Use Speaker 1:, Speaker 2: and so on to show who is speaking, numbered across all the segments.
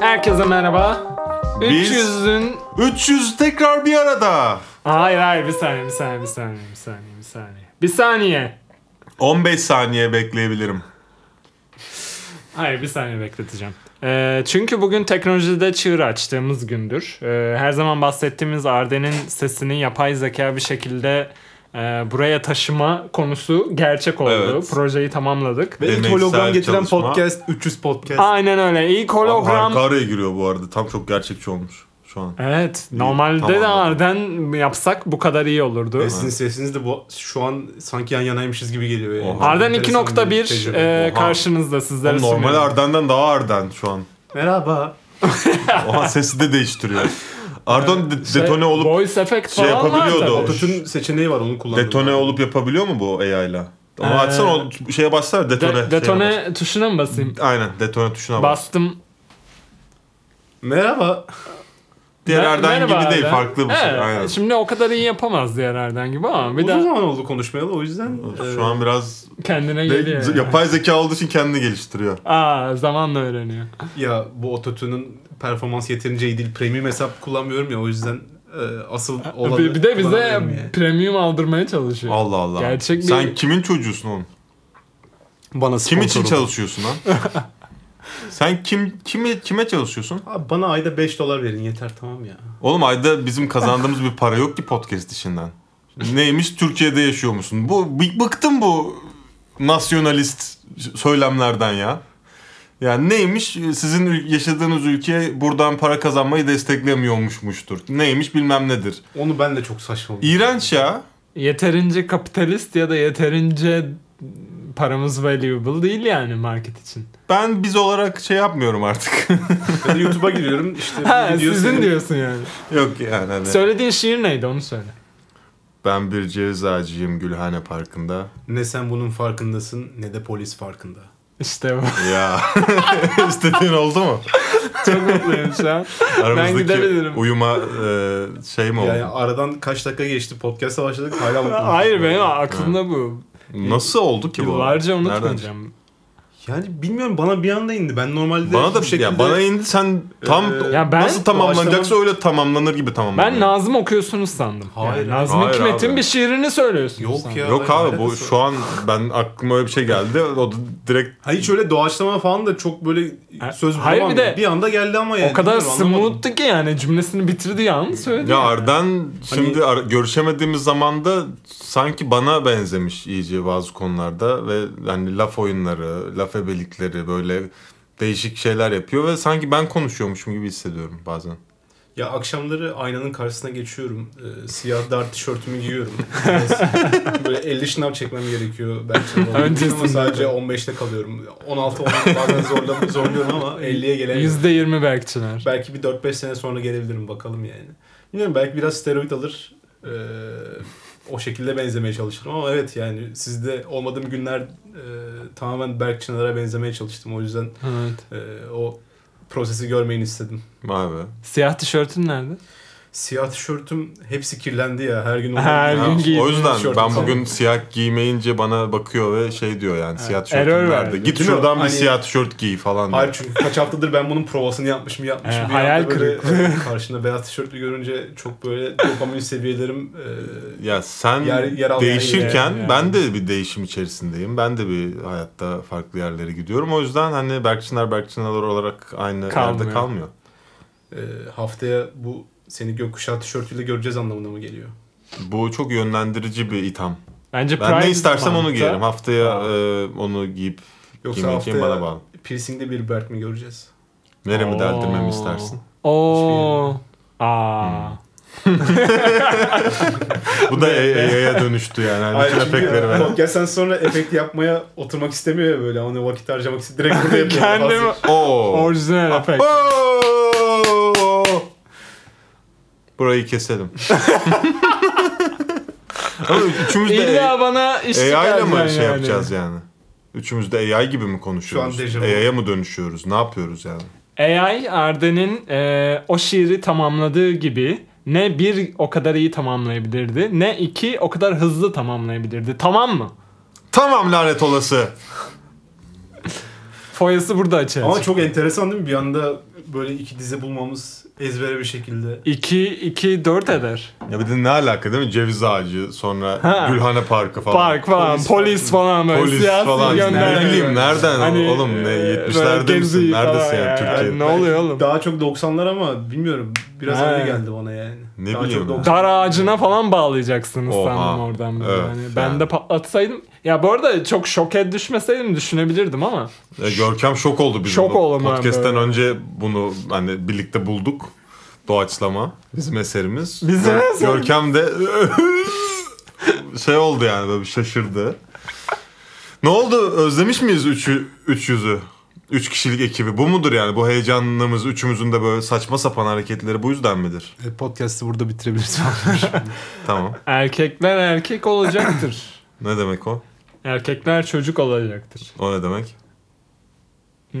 Speaker 1: Herkese merhaba.
Speaker 2: Biz-
Speaker 1: 300'ün...
Speaker 2: 300 tekrar bir arada.
Speaker 1: Hayır hayır bir saniye bir saniye bir saniye bir saniye bir saniye. Bir saniye.
Speaker 2: 15 saniye bekleyebilirim.
Speaker 1: Hayır bir saniye bekleteceğim. Ee, çünkü bugün teknolojide çığır açtığımız gündür. Ee, her zaman bahsettiğimiz Arden'in sesini yapay zeka bir şekilde e, buraya taşıma konusu gerçek oldu.
Speaker 2: Evet.
Speaker 1: Projeyi tamamladık.
Speaker 3: Ve ilk
Speaker 2: Deneysel
Speaker 3: hologram getiren
Speaker 2: çalışma.
Speaker 3: podcast 300 podcast.
Speaker 1: Aynen öyle. İlk hologram...
Speaker 2: Harika araya giriyor bu arada. Tam çok gerçekçi olmuş şu an.
Speaker 1: Evet. Normalde de
Speaker 2: tamam.
Speaker 1: Arden yapsak bu kadar iyi olurdu.
Speaker 2: E,
Speaker 3: Ve sizin sesiniz de bu şu an sanki yan yanaymışız gibi geliyor. Yani.
Speaker 2: Oha.
Speaker 1: Arden
Speaker 3: Enteresan bir
Speaker 1: 2.1
Speaker 3: tecrübe.
Speaker 1: e, karşınızda sizlere
Speaker 2: Normal
Speaker 1: sunuyorum.
Speaker 2: Arden'den daha Arden şu an.
Speaker 3: Merhaba.
Speaker 2: Oha sesi de değiştiriyor. Arden de-
Speaker 1: Şey,
Speaker 2: detone olup
Speaker 1: Voice effect
Speaker 2: şey
Speaker 1: falan
Speaker 2: yapabiliyordu.
Speaker 1: var tabii.
Speaker 3: Ototun seçeneği var onu kullandım.
Speaker 2: detone olup yapabiliyor mu bu AI'la? Onu
Speaker 1: Ee,
Speaker 2: açsana o şeye
Speaker 1: De-
Speaker 2: bassana detone. şey şeye
Speaker 1: detone
Speaker 2: bas.
Speaker 1: tuşuna mı basayım?
Speaker 2: Aynen detone tuşuna bas.
Speaker 1: Bastım.
Speaker 3: Merhaba.
Speaker 2: Diğer
Speaker 1: Mer-
Speaker 2: Arden
Speaker 1: merhaba
Speaker 2: gibi değil
Speaker 1: Arden. e,
Speaker 2: farklı bir şey.
Speaker 1: Evet,
Speaker 2: Aynen.
Speaker 1: Şimdi o kadar iyi yapamaz diğer Arden gibi ama bir
Speaker 3: Uzun
Speaker 1: daha
Speaker 3: zaman oldu konuşmayalı o yüzden. e,
Speaker 2: Şu an biraz
Speaker 1: kendine geliyor. yani.
Speaker 2: yapay zeka olduğu için kendini geliştiriyor.
Speaker 1: Aa zamanla öğreniyor.
Speaker 3: Ya bu ototunun performans yeterince iyi değil. Premium hesap kullanmıyorum ya o yüzden e, asıl olanı
Speaker 1: Bir, bir de bize
Speaker 3: kullanamıyorum yani.
Speaker 1: premium aldırmaya çalışıyor.
Speaker 2: Allah Allah.
Speaker 1: Gerçek bir-
Speaker 2: Sen kimin çocuğusun oğlum?
Speaker 3: Bana
Speaker 2: Kim için
Speaker 3: sponsor olun.
Speaker 2: çalışıyorsun lan? Sen kim kimi kime çalışıyorsun?
Speaker 3: Abi bana ayda 5 dolar verin yeter tamam ya.
Speaker 2: Oğlum ayda bizim kazandığımız bir para yok ki podcast işinden. Neymiş Türkiye'de yaşıyor musun? Bu b- bıktım bu nasyonalist söylemlerden ya. Yani neymiş sizin ül- yaşadığınız ülke buradan para kazanmayı desteklemiyormuşmuştur. Neymiş bilmem nedir.
Speaker 3: Onu ben de çok saçma buldum.
Speaker 2: İğrenç ya.
Speaker 1: Yeterince kapitalist ya da yeterince paramız valuable değil yani market için.
Speaker 2: Ben biz olarak şey yapmıyorum artık.
Speaker 3: Ben de YouTube'a giriyorum işte.
Speaker 1: Ha,
Speaker 3: video
Speaker 1: sizin
Speaker 3: seyredip-
Speaker 1: diyorsun yani.
Speaker 2: Yok yani hani.
Speaker 1: Söylediğin şiir neydi onu söyle.
Speaker 2: Ben bir ceviz ağacıyım Gülhane Parkı'nda.
Speaker 3: Ne sen bunun farkındasın ne de polis farkında.
Speaker 1: İşte bu.
Speaker 2: Ya istediğin oldu mu?
Speaker 1: Çok mutluyum şu an.
Speaker 2: Aramızdaki
Speaker 1: gidebilirim.
Speaker 2: uyuma e, şey mi oldu?
Speaker 3: Yani aradan kaç dakika geçti podcast'a başladık hala mutlu.
Speaker 1: Hayır benim aklımda bu.
Speaker 2: Nasıl oldu ki bu?
Speaker 1: Yıllarca
Speaker 2: Nereden
Speaker 1: unutmayacağım.
Speaker 3: Yani bilmiyorum bana bir anda indi. Ben normalde
Speaker 2: çıktı? Bana da şey,
Speaker 3: bu şekilde...
Speaker 2: ya bana indi sen tam
Speaker 3: Ee,
Speaker 1: Ya ben-
Speaker 2: nasıl tamamlanacaksa öyle tamamlanır gibi tamamlanıyor.
Speaker 1: Ben Nazım okuyorsunuz sandım.
Speaker 3: Hayır,
Speaker 1: Yani Nazım
Speaker 2: hayır
Speaker 1: Hikmet'in
Speaker 2: abi.
Speaker 1: bir şiirini söylüyorsunuz
Speaker 3: Yok
Speaker 1: sandım.
Speaker 3: ya.
Speaker 2: Yok
Speaker 3: Hayır,
Speaker 2: abi bu
Speaker 3: alakası
Speaker 2: şu an ben aklıma öyle bir şey geldi. O da direkt
Speaker 3: Ha hiç öyle doğaçlama falan da çok böyle
Speaker 1: Ha-
Speaker 3: söz
Speaker 1: hayır,
Speaker 3: bulamam.
Speaker 1: bir de-
Speaker 3: bir anda geldi ama yani.
Speaker 1: O kadar
Speaker 3: bilmiyorum, anlamadım.
Speaker 1: smooth'tu ki yani cümlesini bitirdi yalnız söyledi.
Speaker 2: ya
Speaker 1: Hani-
Speaker 2: Arden şimdi ar- görüşemediğimiz zamanda sanki bana benzemiş iyice bazı konularda ve hani laf oyunları, laf ebelikleri böyle değişik şeyler yapıyor ve sanki ben konuşuyormuşum gibi hissediyorum bazen.
Speaker 3: Ya akşamları aynanın karşısına geçiyorum. Ee, siyah dar tişörtümü giyiyorum. böyle 50 şınav çekmem gerekiyor. Belki
Speaker 1: Öncesinde.
Speaker 3: ama sadece 15'te kalıyorum. 16 16 bazen zorla, zorluyorum ama 50'ye gelemiyorum.
Speaker 1: %20 Berkçiler.
Speaker 3: Belki bir 4-5 sene sonra gelebilirim bakalım yani. Bilmiyorum belki biraz steroid alır. eee, o şekilde benzemeye çalışırım ama evet yani sizde olmadığım günler eee, tamamen Berk Çınar'a benzemeye çalıştım. O yüzden
Speaker 1: Evet.
Speaker 3: eee, o prosesi görmeyin istedim.
Speaker 2: Vay be.
Speaker 1: Siyah tişörtün nerede?
Speaker 3: Siyah tişörtüm hepsi kirlendi ya her gün.
Speaker 1: Her
Speaker 3: oluyor.
Speaker 2: Ya,
Speaker 1: gün giydiğin
Speaker 2: o yüzden
Speaker 3: tişörtü
Speaker 2: ben
Speaker 3: falan.
Speaker 2: bugün siyah giymeyince bana bakıyor ve şey diyor yani siyah tişörtüm
Speaker 1: Error
Speaker 2: nerede?
Speaker 1: verdi.
Speaker 2: Git
Speaker 3: Değil mi?
Speaker 2: şuradan bir
Speaker 3: Hani-
Speaker 2: siyah tişört giy falan. diyor.
Speaker 3: Hayır çünkü kaç haftadır ben bunun provasını yapmışım yapmışım.
Speaker 1: Ee,
Speaker 3: Bir
Speaker 1: hayal
Speaker 3: anda böyle, e, Karşında beyaz tişörtlü görünce çok böyle dopamin seviyelerim eee,
Speaker 2: Ya sen
Speaker 3: Yer- yer almaya
Speaker 2: değişirken
Speaker 1: gidiyor yani.
Speaker 2: ben de bir değişim içerisindeyim. Ben de bir hayatta farklı yerlere gidiyorum. O yüzden hani Berkçinler Berkçinalar olarak aynı
Speaker 1: Kalmıyor.
Speaker 2: yerde kalmıyor.
Speaker 3: eee, haftaya bu seni gökkuşağı tişörtüyle göreceğiz anlamına mı geliyor?
Speaker 2: Bu çok yönlendirici bir itham.
Speaker 1: Bence
Speaker 2: Ben
Speaker 1: Pride
Speaker 2: ne istersem onu
Speaker 1: Month'ta-
Speaker 2: giyerim. Haftaya
Speaker 3: Aa.
Speaker 2: e, onu giyip
Speaker 3: Yoksa
Speaker 2: giymeyeceğim bana
Speaker 3: haftaya
Speaker 2: bağlı.
Speaker 3: piercingde bir Bert mi göreceğiz?
Speaker 2: Neremi
Speaker 1: Oo.
Speaker 2: deldirmemi istersin?
Speaker 1: Oo. Aa.
Speaker 2: Bu da AI'ya dönüştü yani. Hani bütün efektleri ver.
Speaker 3: podcast'ten sonra efekt yapmaya oturmak istemiyor ya böyle. Hani vakit harcamak istemiyor. Direkt burada
Speaker 2: Hmm.
Speaker 3: yapıyor.
Speaker 1: Kendimi
Speaker 2: Oo.
Speaker 1: orijinal efekt.
Speaker 2: Oo! Burayı keselim. Ama üçümüz de
Speaker 1: İlla bana iş
Speaker 2: AI ile mi
Speaker 1: çıkaracaksın
Speaker 2: şey
Speaker 1: yani.
Speaker 2: yapacağız yani? Üçümüz de AI gibi mi
Speaker 3: Şu an
Speaker 2: konuşuyoruz?
Speaker 3: dejavu.
Speaker 2: AI'ya mı dönüşüyoruz? Ne yapıyoruz yani?
Speaker 1: AI Arden'in e, o şiiri tamamladığı gibi ne bir o kadar iyi tamamlayabilirdi ne iki o kadar hızlı tamamlayabilirdi. Tamam mı?
Speaker 2: Tamam lanet olası.
Speaker 1: Foyası burada açığa
Speaker 3: Ama
Speaker 1: çıktı.
Speaker 3: çok enteresan değil mi? Bir anda böyle iki dize bulmamız ezbere bir şekilde.
Speaker 1: 2 2 4 eder.
Speaker 2: Ya bir de ne alaka değil mi? Ceviz ağacı sonra
Speaker 1: Ha.
Speaker 2: Gülhane Parkı falan.
Speaker 1: Park falan,
Speaker 3: Polis
Speaker 1: polis, falan böyle
Speaker 2: Polis
Speaker 1: siyasi
Speaker 2: falan.
Speaker 1: gönderme.
Speaker 2: Ne bileyim nereden
Speaker 1: Hani,
Speaker 2: oğlum ne
Speaker 1: e,
Speaker 2: 70'lerde
Speaker 1: böyle
Speaker 2: misin?
Speaker 1: Gezi
Speaker 2: Neredesin
Speaker 1: falan
Speaker 2: yani Türkiye'de?
Speaker 1: Ne oluyor oğlum?
Speaker 3: Daha çok 90'lar ama bilmiyorum. Biraz
Speaker 1: He.
Speaker 3: öyle geldi bana yani.
Speaker 2: Ne
Speaker 3: Daha
Speaker 2: bileyim
Speaker 3: çok
Speaker 2: ben.
Speaker 3: 90'lar.
Speaker 1: Dar ağacına falan bağlayacaksınız
Speaker 2: Oha.
Speaker 1: sandım oradan böyle.
Speaker 2: Evet,
Speaker 1: hani
Speaker 2: yani.
Speaker 1: ben de patlatsaydım. Ya bu arada çok şoke düşmeseydim düşünebilirdim ama.
Speaker 2: E, Görkem şok oldu bizim.
Speaker 1: Şok
Speaker 2: bu
Speaker 1: oldum ben
Speaker 2: Podcast'ten
Speaker 1: böyle.
Speaker 2: önce bunu hani birlikte bulduk. Doğaçlama bizim eserimiz.
Speaker 1: Bizim
Speaker 2: Gör-
Speaker 1: eserimiz.
Speaker 2: Görkem de şey oldu yani böyle bir şaşırdı. Ne oldu? Özlemiş miyiz üçü, üç yüzü? Üç kişilik ekibi. Bu mudur yani? Bu heyecanlığımız, üçümüzün de böyle saçma sapan hareketleri bu yüzden midir?
Speaker 3: E, Podcast'ı burada bitirebiliriz.
Speaker 2: Tamam.
Speaker 1: Erkekler erkek olacaktır.
Speaker 2: Ne demek o?
Speaker 1: Erkekler çocuk olacaktır.
Speaker 2: O ne demek?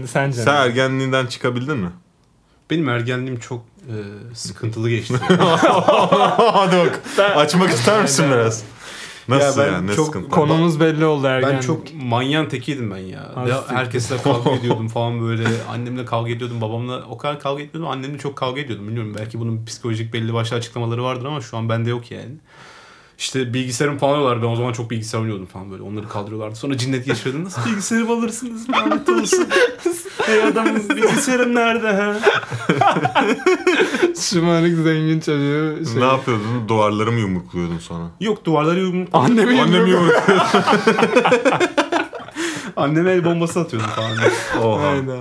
Speaker 1: Sence
Speaker 2: Sen
Speaker 1: ne?
Speaker 2: ergenliğinden çıkabildin mi?
Speaker 3: Benim ergenliğim çok e, sıkıntılı geçti.
Speaker 2: Hadi bak.
Speaker 1: Sen-
Speaker 2: Açmak ister misin
Speaker 1: Aynen.
Speaker 2: biraz? Nasıl
Speaker 3: Ya ben
Speaker 2: yani? Ne
Speaker 3: çok
Speaker 2: sıkıntı?
Speaker 1: Konumuz belli oldu ergenlik.
Speaker 3: ben çok manyan tekiydim ben ya.
Speaker 1: Az
Speaker 3: ya
Speaker 1: siktir.
Speaker 3: herkesle kavga ediyordum falan böyle. Annemle kavga ediyordum, babamla o kadar kavga etmiyordum. Annemle çok kavga ediyordum. Bilmiyorum belki bunun psikolojik belli başlı açıklamaları vardır ama şu an bende yok yani. İşte bilgisayarım falan alıyorlar. Ben o zaman çok bilgisayar oynuyordum falan böyle. Onları kaldırıyorlardı. Sonra cinnet geçiriyordum. Nasıl bilgisayarı alırsınız? Lanet olsun. Ey adamım bilgisayarım nerede ha?
Speaker 1: şımarık zengin çocuğu. Şey.
Speaker 2: Ne yapıyordun? Duvarları mı yumrukluyordun sonra?
Speaker 3: Yok duvarlara yumruk
Speaker 1: Annemi
Speaker 2: Annem
Speaker 1: yumruğu-
Speaker 2: yumrukluyordu.
Speaker 3: Anneme el bombası atıyordum falan.
Speaker 2: Oha.
Speaker 1: Hayda.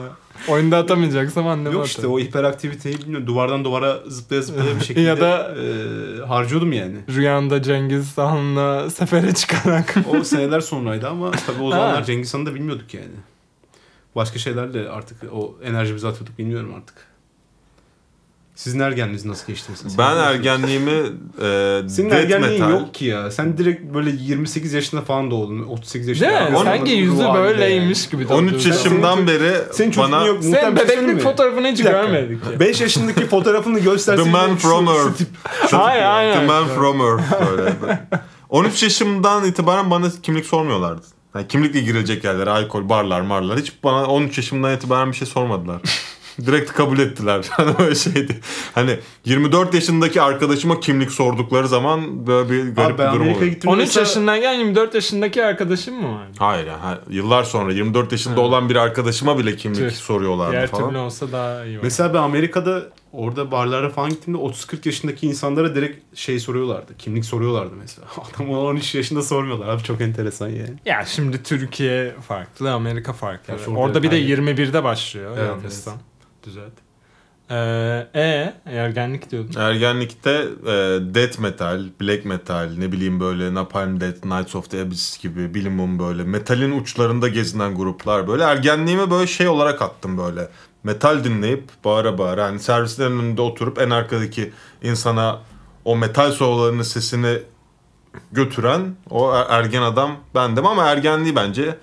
Speaker 1: Oyunda atamayacaksam anneme
Speaker 3: Yok işte
Speaker 1: atarım.
Speaker 3: o hiperaktiviteyi bilmiyorum duvardan duvara zıplaya zıplaya bir şekilde
Speaker 1: Ya da-
Speaker 3: e, harcıyordum yani.
Speaker 1: Rüyanda Cengiz Han'la sefere çıkarak.
Speaker 3: O seneler sonraydı ama tabii o zamanlar
Speaker 1: Ha.
Speaker 3: Cengiz Han'ı da bilmiyorduk yani. Başka şeylerle artık o enerjimizi atıyorduk bilmiyorum artık. Sizin ergenliğiniz nasıl geçti mesela?
Speaker 2: Ben
Speaker 3: Sen-
Speaker 2: ergenliğimi e,
Speaker 3: Senin
Speaker 2: death
Speaker 3: ergenliğin
Speaker 2: metal.
Speaker 3: yok ki ya. Sen direkt böyle 28 yaşında falan doğdun. 38 yaşında.
Speaker 1: Değil mi?
Speaker 3: Anladın
Speaker 1: Sanki
Speaker 3: mı?
Speaker 1: yüzü
Speaker 3: Ruh halinde
Speaker 1: böyleymiş gibi.
Speaker 2: 13
Speaker 1: davranıyor.
Speaker 2: yaşımdan beri
Speaker 3: Senin çocukluğun
Speaker 2: bana
Speaker 3: yok mu?
Speaker 1: Sen
Speaker 3: Muhtemelen bir şey
Speaker 1: bebeklik
Speaker 3: söyleyeyim mi?
Speaker 1: fotoğrafını hiç
Speaker 3: Bir dakika.
Speaker 1: görmedik ya.
Speaker 3: 5 yaşındaki fotoğrafını göstersin. şey
Speaker 2: The man from Earth.
Speaker 1: Hayır
Speaker 2: The
Speaker 1: hayır.
Speaker 2: man from Earth. Böyle. 13 yaşımdan itibaren bana kimlik sormuyorlardı. Yani kimlikle girilecek yerlere, alkol, barlar, marlar. Hiç bana 13 yaşımdan itibaren bir şey sormadılar. Direkt kabul ettiler. Hani böyle şeydi. Hani 24 yaşındaki arkadaşıma kimlik sordukları zaman böyle bir garip
Speaker 3: Abi
Speaker 2: bir durum
Speaker 3: ben Amerika'ya
Speaker 2: oluyor.
Speaker 3: gittim.
Speaker 1: 13
Speaker 3: mesela-
Speaker 1: yaşındayken 24 yaşındaki arkadaşın mı var?
Speaker 2: Hayır ya. ha- Yıllar sonra 24 yaşında olan bir arkadaşıma bile kimlik
Speaker 1: Tüh.
Speaker 2: soruyorlardı
Speaker 1: Diğer
Speaker 2: falan.
Speaker 1: türlü olsa daha iyi olur.
Speaker 3: Mesela ben Amerika'da orada barlara falan gittiğimde 30-40 yaşındaki insanlara direkt şey soruyorlardı. Kimlik soruyorlardı mesela. Adam ona 13 yaşında sormuyorlar. Abi çok enteresan yani.
Speaker 1: Ya şimdi Türkiye farklı, Amerika farklı.
Speaker 3: Gerçi
Speaker 1: orada,
Speaker 3: orada
Speaker 1: bir de
Speaker 3: aynen.
Speaker 1: 21'de başlıyor
Speaker 3: Evet,
Speaker 1: yanlışsam. Düzelt. Ee, e ergenlik diyordun.
Speaker 2: Ergenlikte e, death metal, black metal, ne bileyim böyle Napalm Death, Knights of the Abyss gibi bilimum böyle metalin uçlarında gezinen gruplar böyle ergenliğimi böyle şey olarak attım böyle. Metal dinleyip bağıra bağıra hani servislerin önünde oturup en arkadaki insana o metal sololarının sesini götüren o er- ergen adam bendim ama ergenliği bence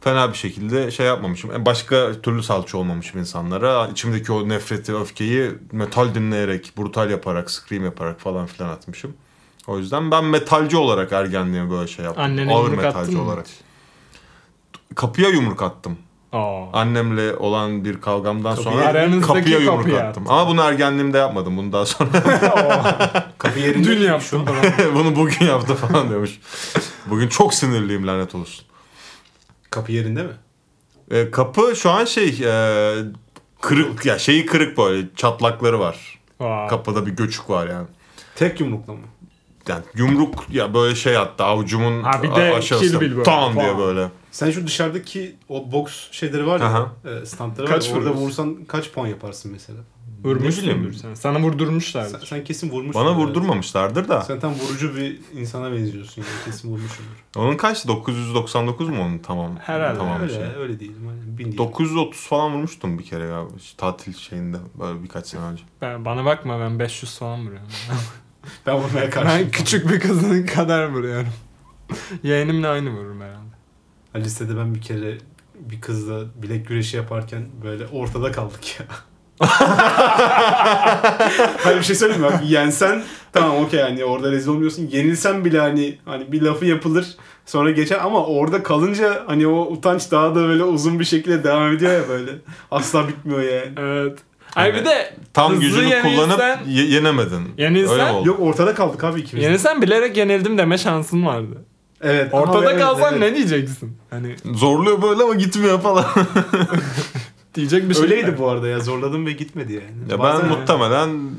Speaker 2: fena bir şekilde şey yapmamışım. Başka türlü salça olmamışım insanlara. İçimdeki o nefreti, öfkeyi metal dinleyerek, brutal yaparak, scream yaparak falan filan atmışım. O yüzden ben metalci olarak ergenliğimi böyle şey yaptım.
Speaker 1: Annene
Speaker 2: Ağır
Speaker 1: yumruk
Speaker 2: metalci
Speaker 1: attın mı?
Speaker 2: olarak. Kapıya yumruk attım.
Speaker 1: Aa.
Speaker 2: Annemle olan bir kavgamdan
Speaker 1: Kapıyı-
Speaker 2: sonra
Speaker 1: Aranızdaki
Speaker 2: kapıya yumruk
Speaker 1: kapıya
Speaker 2: attım. Ama bunu ergenliğimde yapmadım. Bunu daha sonra
Speaker 3: Kapı yerinde
Speaker 1: Dün
Speaker 3: değil şu
Speaker 2: şey
Speaker 1: yaptım
Speaker 3: an.
Speaker 1: falan.
Speaker 2: bunu bugün yaptı falan diyormuş. Bugün çok sinirliyim lanet olsun.
Speaker 3: Kapı yerinde mi?
Speaker 2: E, kapı şu an şey e, kırık ya şeyi kırık böyle çatlakları var.
Speaker 1: Aa.
Speaker 2: Kapıda bir göçük var yani.
Speaker 3: Tek yumrukla mı?
Speaker 2: Yani yumruk ya böyle şey hatta avucumun
Speaker 1: Ha, bir de
Speaker 2: a- aşağısı
Speaker 1: Kill Bill böyle
Speaker 2: tam
Speaker 1: falan.
Speaker 2: diye böyle.
Speaker 3: Sen şu dışarıdaki o box şeyleri var
Speaker 2: Aha.
Speaker 3: ya, e, standları var.
Speaker 1: Kaç
Speaker 3: ya, Orada
Speaker 1: vuruyorsun?
Speaker 3: vursan kaç puan yaparsın mesela?
Speaker 2: Ne
Speaker 1: Vurmuşsundur
Speaker 2: bileyim.
Speaker 1: sen. Sana vurdurmuşlardı.
Speaker 3: Sen, sen kesin vurmuşsun.
Speaker 2: Bana
Speaker 3: herhalde.
Speaker 2: vurdurmamışlardır da.
Speaker 3: Sen tam vurucu bir insana benziyorsun yani kesin vurmuşsundur.
Speaker 2: Onun kaçtı? 999 mu onun tamam?
Speaker 1: Herhalde
Speaker 2: Tamam
Speaker 3: öyle,
Speaker 2: şey.
Speaker 3: öyle değilim. Aynen, bin değil.
Speaker 2: 930 falan vurmuştum bir kere ya. işte Tatil şeyinde böyle birkaç sene önce.
Speaker 1: Ben, bana bakma ben 500 falan vuruyorum.
Speaker 3: ben vurmaya karşıyım.
Speaker 1: ben küçük bir kızın kadar vuruyorum. Yeğenimle aynı vururum herhalde.
Speaker 3: Ha, Lisede ben bir kere bir kızla bilek güreşi yaparken böyle ortada kaldık ya. Hayır bir şey söyleyeyim mi? bak yensen tamam okey hani orada rezil olmuyorsun. Yenilsen bile hani hani bir lafı yapılır sonra geçer ama orada kalınca hani o utanç daha da böyle uzun bir şekilde devam ediyor ya böyle. Asla bitmiyor yani.
Speaker 1: Evet.
Speaker 2: Hani
Speaker 1: Ay bir de
Speaker 2: Tam
Speaker 1: hızlı
Speaker 2: gücünü
Speaker 1: yenilsen-
Speaker 2: kullanıp ye- yenemedin.
Speaker 1: Yenilsen-
Speaker 2: Öyle mi oldu?
Speaker 3: Yok ortada kaldık abi ikimiz. de.
Speaker 1: Yenilsen bilerek yenildim deme şansın vardı.
Speaker 3: Evet.
Speaker 1: Ortada
Speaker 3: Abi,
Speaker 1: kalsan
Speaker 3: evet,
Speaker 1: ne diyeceksin? Hani
Speaker 2: Zorluyor böyle ama gitmiyor falan.
Speaker 1: diyecek bir şey
Speaker 3: Öyleydi
Speaker 1: yok.
Speaker 3: bu arada ya zorladım ve gitmedi yani.
Speaker 2: ya ben
Speaker 3: Bazen-
Speaker 2: muhtemelen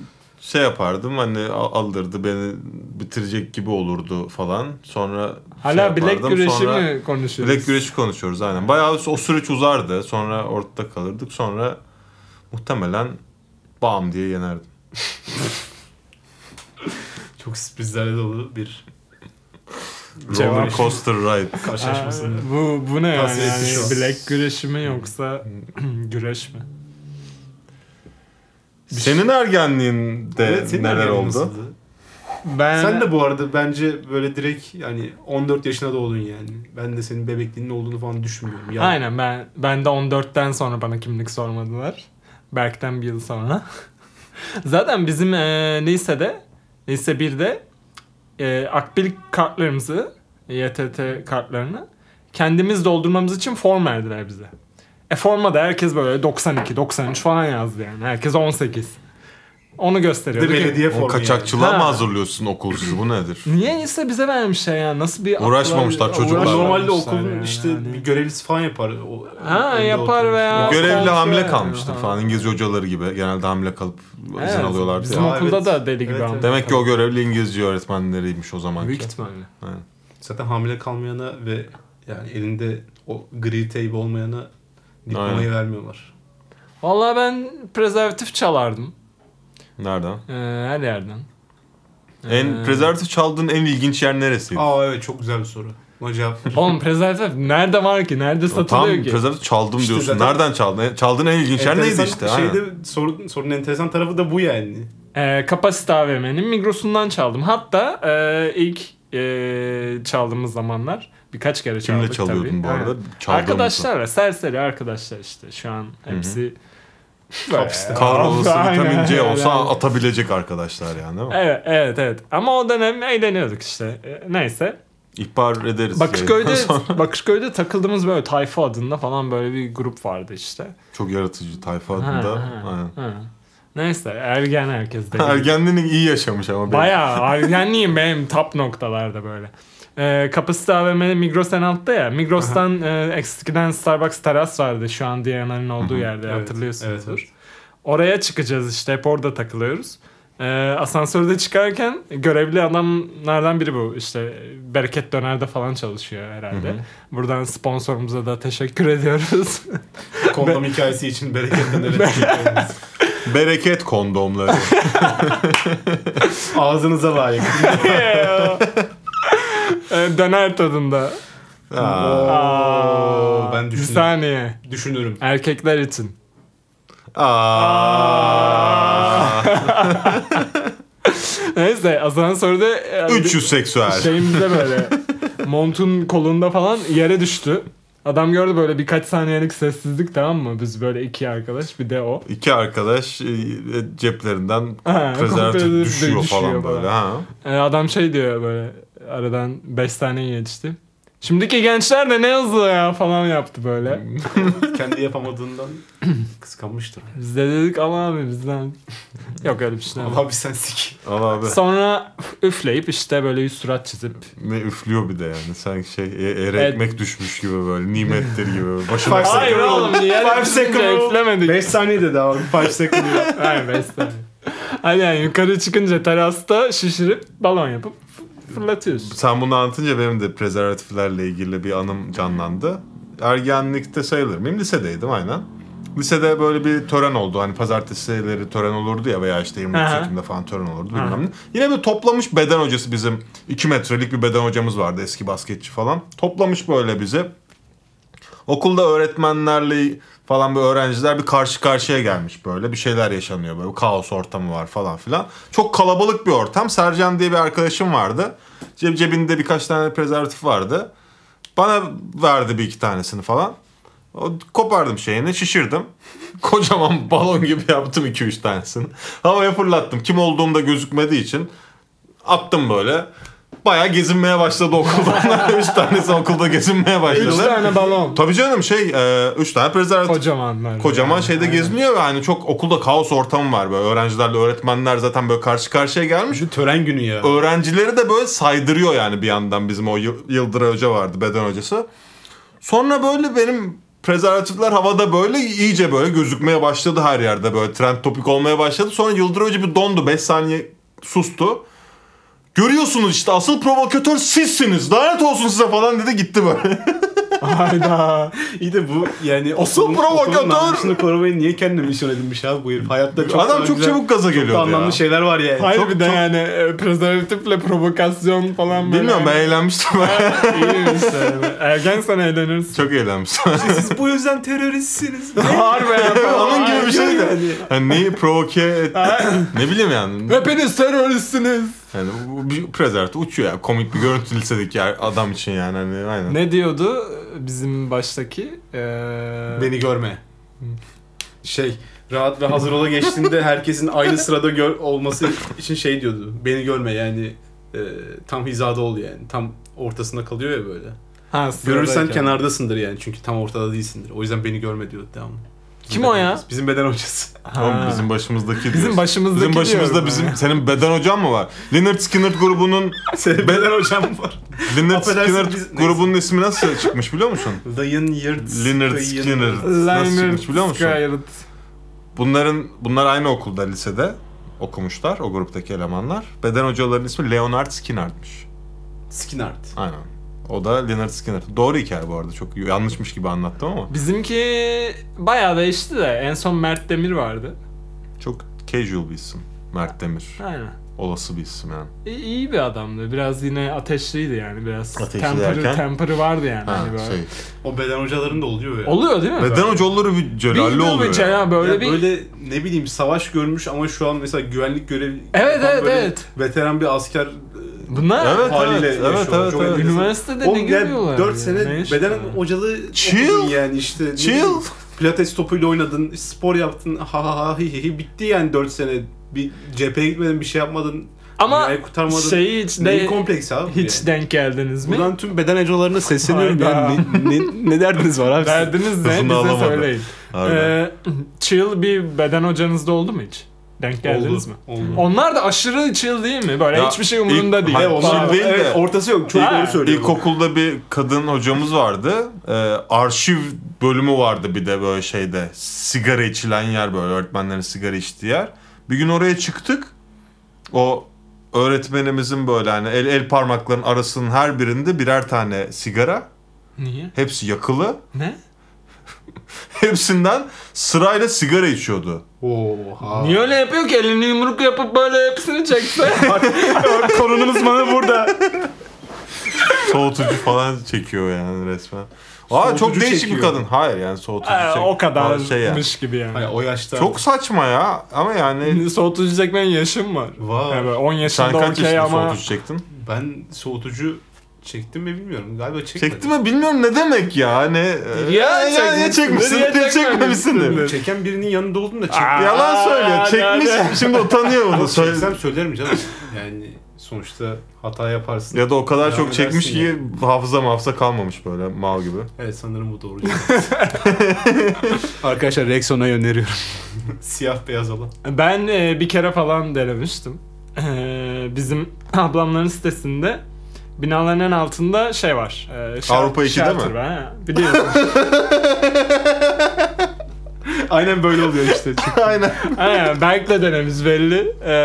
Speaker 2: şey yapardım hani a- aldırdı beni bitirecek gibi olurdu falan. Sonra
Speaker 1: Hala
Speaker 2: şey
Speaker 1: bilek
Speaker 2: yapardım.
Speaker 1: güreşi
Speaker 2: Sonra
Speaker 1: mi konuşuyoruz?
Speaker 2: Bilek güreşi konuşuyoruz aynen. Bayağı o süreç uzardı. Sonra ortada kalırdık. Sonra muhtemelen bam diye yenerdim.
Speaker 3: Çok sürprizlerle dolu bir
Speaker 1: Cevap.
Speaker 2: Roller coaster ride.
Speaker 1: Aa,
Speaker 3: karşılaşmasında.
Speaker 1: bu, bu ne yani?
Speaker 3: Tavsiye
Speaker 1: yani
Speaker 3: etmiş o.
Speaker 1: bilek güreşi mi yoksa güreş mi? şey-
Speaker 2: Senin ergenliğinde
Speaker 3: Evet, senin
Speaker 2: neler
Speaker 3: ergenliğin
Speaker 2: oldu?
Speaker 3: nasıldı?
Speaker 1: Ben
Speaker 3: Sen de bu arada bence böyle direkt yani 14 yaşına doğdun yani. Ben de senin bebekliğinin olduğunu falan düşünmüyorum. Yani
Speaker 1: Aynen ben ben de 14'ten sonra bana kimlik sormadılar. Berk'ten bir yıl sonra. Zaten bizim e, lisede, lise 1'de e, akbil kartlarımızı, YTT kartlarını kendimiz doldurmamız için form verdiler bize. E forma da herkes böyle 92, 93 falan yazdı yani. Herkes 18. Onu
Speaker 3: Bir de
Speaker 1: gösteriyordu. ki-
Speaker 3: belediye formu
Speaker 2: O kaçakçılığa
Speaker 1: yani.
Speaker 2: mı
Speaker 1: Ha.
Speaker 2: hazırlıyorsun okul sizi? Bu nedir?
Speaker 1: Niye ise bize vermişler ya? Nasıl bir
Speaker 2: Uğraşmamışlar
Speaker 1: akla-
Speaker 2: çocuklar.
Speaker 3: Yani.
Speaker 1: Uğraşmamışlar
Speaker 3: Normalde okulun
Speaker 1: yani.
Speaker 3: işte
Speaker 1: Hani-
Speaker 3: bir görevlisi falan yapar. O,
Speaker 1: Ha,
Speaker 3: önde
Speaker 1: yapar
Speaker 3: oturur.
Speaker 1: veya-
Speaker 3: O
Speaker 1: Görev-
Speaker 2: Görevli
Speaker 1: kontrol
Speaker 2: hamile
Speaker 1: ediyor.
Speaker 2: kalmıştır
Speaker 1: Ha.
Speaker 2: falan. İngilizce hocaları gibi. Genelde hamile kalıp
Speaker 1: Evet,
Speaker 2: izin alıyorlardı.
Speaker 1: Bizim
Speaker 2: ya.
Speaker 3: o-
Speaker 1: okulda
Speaker 3: evet.
Speaker 1: da deli gibi
Speaker 3: Evet,
Speaker 1: ama.
Speaker 3: evet.
Speaker 2: Demek ki o görevli İngilizce öğretmenleriymiş o zaman.
Speaker 1: Büyük ihtimalle.
Speaker 3: Zaten hamile kalmayana ve yani elinde o gri teybi olmayana diplomayı
Speaker 2: Aynen.
Speaker 3: vermiyorlar.
Speaker 1: Vallahi ben prezervatif çalardım.
Speaker 2: Nereden?
Speaker 1: Ee, her yerden.
Speaker 2: En
Speaker 1: Ee,
Speaker 2: prezervatif çaldığın en ilginç yer neresiydi?
Speaker 3: Aa evet çok güzel bir soru. Buna cevap ver.
Speaker 1: Oğlum prezervatif nerede var ki? Nerede
Speaker 2: Tam
Speaker 1: satılıyor ki?
Speaker 2: prezervatif çaldım
Speaker 3: İşte
Speaker 2: diyorsun.
Speaker 3: zaten-
Speaker 2: Nereden çaldın? E, Çaldığın en ilginç yer neydi
Speaker 3: Enteresan
Speaker 2: işte?
Speaker 3: Şeyde,
Speaker 2: aynen.
Speaker 3: sorun, sorunun enteresan tarafı da bu yani.
Speaker 1: Ee, Kapasite AVM'nin Migros'undan çaldım. Hatta e, ilk e, çaldığımız zamanlar birkaç kere çaldık
Speaker 2: Kimle çalıyordun
Speaker 1: tabii.
Speaker 2: bu
Speaker 1: Ha.
Speaker 2: arada? Çaldığın
Speaker 1: Arkadaşlarla, serseri arkadaşlar işte. Şu an hepsi...
Speaker 3: Kapsite.
Speaker 2: Kahrolası
Speaker 1: Aynen,
Speaker 2: vitamin C
Speaker 1: aynen.
Speaker 2: olsa atabilecek arkadaşlar yani değil mi?
Speaker 1: Evet, evet, evet. Ama o dönem eğleniyorduk işte. Ee, Neyse.
Speaker 2: İhbar ederiz.
Speaker 1: Bakışköy'de,
Speaker 2: yayından sonra.
Speaker 1: Bakışköy'de takıldığımız böyle tayfa adında falan böyle bir grup vardı işte.
Speaker 2: Çok yaratıcı tayfa
Speaker 1: Ha,
Speaker 2: adında.
Speaker 1: ha,
Speaker 2: Aynen.
Speaker 1: ha. Neyse ergen herkes de.
Speaker 2: Ergenliğini iyi yaşamış ama. Bayağı.
Speaker 1: Bayağı ergenliğim benim top noktalarda böyle. Ee, kapasite AVM'de Migros en altta ya. Migros'tan e, eskiden Starbucks teras vardı şu an Diyana'nın olduğu yerde
Speaker 3: Evet,
Speaker 1: hatırlıyorsunuz.
Speaker 3: evet, evet.
Speaker 1: Oraya çıkacağız işte hep orada takılıyoruz. Ee, asansörde çıkarken görevli adamlardan biri bu işte bereket dönerde falan çalışıyor herhalde. Buradan sponsorumuza da teşekkür ediyoruz.
Speaker 3: Kondom hikayesi için bereketten evet.
Speaker 2: Bereket kondomları.
Speaker 3: Ağzınıza layık.
Speaker 1: Ee, Döner tadında.
Speaker 2: Aa,
Speaker 3: Oo, ben
Speaker 1: Bir
Speaker 3: düşünürüm.
Speaker 1: saniye.
Speaker 3: Düşünürüm.
Speaker 1: Erkekler için.
Speaker 2: aa.
Speaker 1: Neyse asansörde e,
Speaker 2: Üçü seksüel.
Speaker 1: şeyimizde böyle montun kolunda falan yere düştü. Adam gördü böyle birkaç saniyelik sessizlik tamam mı? Biz böyle iki arkadaş bir de o.
Speaker 2: İki arkadaş e, e, ceplerinden
Speaker 1: Ha,
Speaker 2: prezervatif
Speaker 1: komple
Speaker 2: düşüyor,
Speaker 1: düşüyor
Speaker 2: falan
Speaker 1: falan.
Speaker 2: böyle. Ha.
Speaker 1: E, adam şey diyor böyle aradan 5 saniye geçti. Şimdiki gençler de ne hızlı ya falan yaptı böyle.
Speaker 3: Kendi yapamadığından kıskanmıştır.
Speaker 1: Biz de dedik ama abi bizden yok öyle bir şey. yok.
Speaker 3: Allah bir sen sik.
Speaker 2: Al abi.
Speaker 1: Sonra üfleyip işte böyle yüz surat çizip
Speaker 2: Ne üflüyor bir de yani. Sanki şey e, ere
Speaker 1: Evet.
Speaker 2: ekmek düşmüş gibi böyle. Nimettir gibi. böyle. Başına
Speaker 3: Five
Speaker 1: Hayır
Speaker 3: second
Speaker 1: oğlum
Speaker 3: rule.
Speaker 1: yere
Speaker 3: Five
Speaker 1: düşünce
Speaker 3: second rule.
Speaker 1: üflemedik.
Speaker 3: 5 saniye dedi abi. 5 second rule.
Speaker 1: Hayır beş tane. Hani yani yukarı çıkınca terasta şişirip balon yapıp f- fırlatıyorsun.
Speaker 2: Sen bunu anlatınca benim de prezervatiflerle ilgili bir anım canlandı. Ergenlikte sayılır mıyım? Lisedeydim aynen. Lisede böyle bir tören oldu. Hani pazartesileri tören olurdu ya veya işte 23
Speaker 1: Aha.
Speaker 2: Ekim'de falan tören olurdu
Speaker 1: Aha.
Speaker 2: bilmem ne. Yine bir toplamış beden hocası bizim. 2 metrelik bir beden hocamız vardı eski basketçi falan. Toplamış böyle bizi. Okulda öğretmenlerle falan bir öğrenciler bir karşı karşıya gelmiş böyle. Bir şeyler yaşanıyor böyle. Bir kaos ortamı var falan filan. Çok kalabalık bir ortam. Sercan diye bir arkadaşım vardı. Ceb cebinde birkaç tane prezervatif vardı. Bana verdi bir iki tanesini falan. O- Kopardım şeyini şişirdim. Kocaman balon gibi yaptım 2-3 tanesini. Havaya fırlattım. Kim olduğum da gözükmediği için attım böyle. Bayağı gezinmeye başladı okuldan. 3 tanesi okulda gezinmeye başladı.
Speaker 1: Üç tane balon.
Speaker 2: Tabii canım şey 3 tane prezervatif.
Speaker 1: Kocamanlar.
Speaker 2: Kocaman
Speaker 1: Yani,
Speaker 2: şeyde
Speaker 1: aynen.
Speaker 2: geziniyor ve hani çok okulda kaos ortamı var böyle. Öğrencilerle öğretmenler zaten böyle karşı karşıya gelmiş.
Speaker 3: Şu tören günü ya.
Speaker 2: Öğrencileri de böyle saydırıyor yani bir yandan bizim o Yı- Yıldıray Hoca vardı beden hocası. Sonra böyle benim prezervatifler havada böyle iyice böyle gözükmeye başladı her yerde böyle trend topik olmaya başladı. Sonra Yıldıray Hoca bir dondu 5 saniye sustu. Görüyorsunuz işte asıl provokatör sizsiniz. Lanet olsun size falan dedi gitti böyle.
Speaker 1: Hayda.
Speaker 3: İyi de bu yani
Speaker 2: Asıl
Speaker 3: okulun-
Speaker 2: provokatör!
Speaker 3: okulun namusunu korumayı niye kendine misyon edinmiş abi bu herif? Hayatta çok
Speaker 2: Adam
Speaker 3: daha
Speaker 2: çok
Speaker 3: güzel,
Speaker 2: çabuk gaza
Speaker 3: çok da
Speaker 2: geliyordu
Speaker 3: anlamlı şey.
Speaker 2: ya.
Speaker 3: şeyler var yani.
Speaker 1: Hayır
Speaker 2: Çok-
Speaker 1: bir de
Speaker 2: çok-
Speaker 1: yani e, prezervatifle provokasyon falan böyle.
Speaker 2: Bilmiyorum ben
Speaker 1: hani-
Speaker 2: eğlenmiştim.
Speaker 1: İyiymiş yani. Ergensen eğlenirsin.
Speaker 2: çok eğlenmiştim.
Speaker 3: Siz bu yüzden teröristsiniz.
Speaker 1: Harbi ya.
Speaker 2: Onun gibi bir şey de.
Speaker 3: Yani.
Speaker 2: Hani neyi provoke et... ne bileyim yani.
Speaker 1: Hepiniz teröristsiniz.
Speaker 2: yani bu bir prezervatif uçuyor ya. Komik bir görüntü lisedeki er- adam için yani. Hani, aynen.
Speaker 1: Ne diyordu bizim baştaki? Ee,
Speaker 3: Beni görme. Şey rahat ve hazır ola geçtiğinde herkesin aynı sırada gör olması için şey diyordu. Beni görme yani e, tam hizada ol yani. Tam ortasında kalıyor ya böyle.
Speaker 1: Ha,
Speaker 3: Görürsen
Speaker 1: sıradaki.
Speaker 3: kenardasındır yani çünkü tam ortada değilsindir. O yüzden beni görme diyordu devamlı. Bizim
Speaker 1: Kim o
Speaker 3: beden
Speaker 1: ya?
Speaker 3: hocası- Bizim beden hocası.
Speaker 1: Ha.
Speaker 2: Oğlum bizim başımızdaki diyorsun.
Speaker 1: başımızdaki
Speaker 2: Bizim başımızda
Speaker 1: diyorum
Speaker 2: bizim
Speaker 1: ben.
Speaker 2: senin beden hocan mı var? Leonard Skinner grubunun
Speaker 3: Senin beden hocam var.
Speaker 2: Leonard
Speaker 3: Affedersin
Speaker 2: Skinner
Speaker 3: biz-
Speaker 2: grubunun ismi nasıl çıkmış biliyor musun?
Speaker 3: Dayın Yırtz.
Speaker 2: Leonard
Speaker 3: Dayın-
Speaker 2: Skinner. Nasıl
Speaker 1: Leonard
Speaker 2: çıkmış biliyor musun?
Speaker 1: Skyret.
Speaker 2: Bunların bunlar aynı okulda lisede okumuşlar o gruptaki elemanlar. Beden hocalarının ismi Leonard Skinner'mış.
Speaker 3: Skinnert.
Speaker 2: Aynen. O da Leonard Skinner. Doğru hikaye bu arada. Çok yanlışmış gibi anlattım ama.
Speaker 1: Bizimki bayağı değişti de en son Mert Demir vardı.
Speaker 2: Çok casual bir isim. Mert Demir.
Speaker 1: Aynen.
Speaker 2: Olası bir isim yani.
Speaker 1: İyi, iyi bir adamdı. Biraz yine ateşliydi yani biraz.
Speaker 2: Ateşli derken?
Speaker 1: temper'ı, temper'ı vardı yani.
Speaker 2: Ha,
Speaker 1: hani böyle.
Speaker 2: şey.
Speaker 3: O beden hocaların da oluyor ya.
Speaker 1: Oluyor değil mi?
Speaker 2: Beden hocaları bir celalli
Speaker 1: Bilmiyorum
Speaker 2: oluyor.
Speaker 1: hiç ya, böyle
Speaker 3: ya
Speaker 1: bir
Speaker 3: böyle ne bileyim savaş görmüş ama şu an mesela güvenlik görevi
Speaker 1: Evet,
Speaker 3: yapan
Speaker 1: evet,
Speaker 3: böyle
Speaker 1: evet.
Speaker 3: veteran bir asker e,
Speaker 1: bunlar
Speaker 2: Evet
Speaker 3: Haliyle
Speaker 2: evet
Speaker 3: yaşıyorlar.
Speaker 2: evet evet.
Speaker 3: Çok
Speaker 2: evet.
Speaker 3: enteresan.
Speaker 1: üniversitede
Speaker 3: Oğlum
Speaker 1: ne görüyorlar?
Speaker 3: yani 4
Speaker 1: ya?
Speaker 3: sene
Speaker 1: Ne iş
Speaker 3: beden
Speaker 1: yani?
Speaker 3: hocalığı
Speaker 2: Chill.
Speaker 3: okudun yani işte. ne
Speaker 2: Chill.
Speaker 3: bileyim, Pilates topuyla oynadın, spor yaptın, ha ha ha hi hi hi bitti yani 4 sene. Bir cepheye gitmedin, bir şey yapmadın,
Speaker 1: Ama
Speaker 3: dünyayı kurtarmadın.
Speaker 1: şeyi hiç,
Speaker 3: Neyin
Speaker 1: de-
Speaker 3: kompleksi abi? bu
Speaker 1: hiç
Speaker 3: yani?
Speaker 1: denk geldiniz mi?
Speaker 3: Buradan tüm beden hocalarına sesleniyorum
Speaker 1: Hayda.
Speaker 3: yani. Ne, ne, ne derdiniz var abi?
Speaker 1: Derdiniz ne?
Speaker 2: Hızını
Speaker 1: Bize
Speaker 2: alamadı.
Speaker 1: söyleyin.
Speaker 2: Harbiden.
Speaker 1: Ee, chill bir beden hocanızda oldu mu hiç? Denk geldiniz mi?
Speaker 3: Oldu.
Speaker 1: Onlar da aşırı chill değil mi? Böyle
Speaker 2: Ya,
Speaker 1: hiçbir şey umurunda
Speaker 2: ilk-
Speaker 1: değil.
Speaker 2: Hayır, onlar-
Speaker 1: Falan.
Speaker 2: Chill değil de-
Speaker 3: Evet, ortası yok. Çok
Speaker 1: Ha.
Speaker 3: doğru söylüyor. bu.
Speaker 2: İlkokulda bir kadın hocamız vardı. Ee, arşiv bölümü vardı bir de böyle şeyde. Sigara içilen yer böyle öğretmenlerin sigara içtiği yer. Bir gün oraya çıktık. O öğretmenimizin böyle hani el, el parmaklarının arasının her birinde birer tane sigara.
Speaker 1: Niye?
Speaker 2: Hepsi yakılı.
Speaker 1: Ne?
Speaker 2: Hepsinden sırayla sigara içiyordu.
Speaker 3: Oha.
Speaker 1: Niye öyle yapıyor ki? Elini yumruk yapıp böyle hepsini çekse. Ee,
Speaker 3: Konunun uzmanı burada.
Speaker 2: Soğutucu falan çekiyor yani resmen. Aa
Speaker 3: Soğutucu
Speaker 2: çok değişik
Speaker 3: çekiyor.
Speaker 2: bir kadın. Hayır yani soğutucu
Speaker 1: Ee,
Speaker 2: çek-
Speaker 1: o
Speaker 2: Aa,
Speaker 1: kadarmış
Speaker 2: şey yani.
Speaker 1: gibi yani.
Speaker 3: Hayır, o yaşta.
Speaker 2: Çok saçma ya ama yani
Speaker 1: Soğutucu çekmenin yaşım var.
Speaker 3: Var.
Speaker 1: Yani böyle 10
Speaker 2: sen
Speaker 1: yaşında
Speaker 2: kaç
Speaker 1: okey
Speaker 2: yaşında
Speaker 1: ama...
Speaker 2: soğutucu çektin?
Speaker 3: Ben soğutucu çektim mi bilmiyorum. Galiba çekmedim.
Speaker 2: Çekti mi bilmiyorum ne demek ya hani e,
Speaker 1: Ya
Speaker 2: ya
Speaker 1: çekmişsindir,
Speaker 2: çekmişsin
Speaker 1: ya
Speaker 2: ya çekmemişsindir.
Speaker 1: çekmemişsindir.
Speaker 3: Çeken birinin yanında oldum da çek.
Speaker 1: Aa,
Speaker 2: Yalan söylüyor
Speaker 1: hadi, hadi.
Speaker 2: çekmiş şimdi utanıyor bunu
Speaker 3: Ama
Speaker 2: söyle.
Speaker 3: çeksem söylerim canım. Yani sonuçta hata yaparsın.
Speaker 2: Ya da o kadar
Speaker 3: Ya
Speaker 2: çok çekmiş ki
Speaker 3: edersin
Speaker 2: hafıza hafıza kalmamış böyle mal gibi.
Speaker 3: Evet sanırım bu doğru. Arkadaşlar Rexon'a öneriyorum. Siyah beyaz olan.
Speaker 1: Ben e, bir kere falan denemiştim. E, bizim ablamların sitesinde binaların en altında şey var. E, şel-
Speaker 2: Avrupa 2'de
Speaker 1: shelter
Speaker 2: mi?
Speaker 1: var, ha, biliyorum.
Speaker 3: Aynen böyle oluyor işte.
Speaker 2: Aynen.
Speaker 1: Aynen Berk de denemiş belli. E,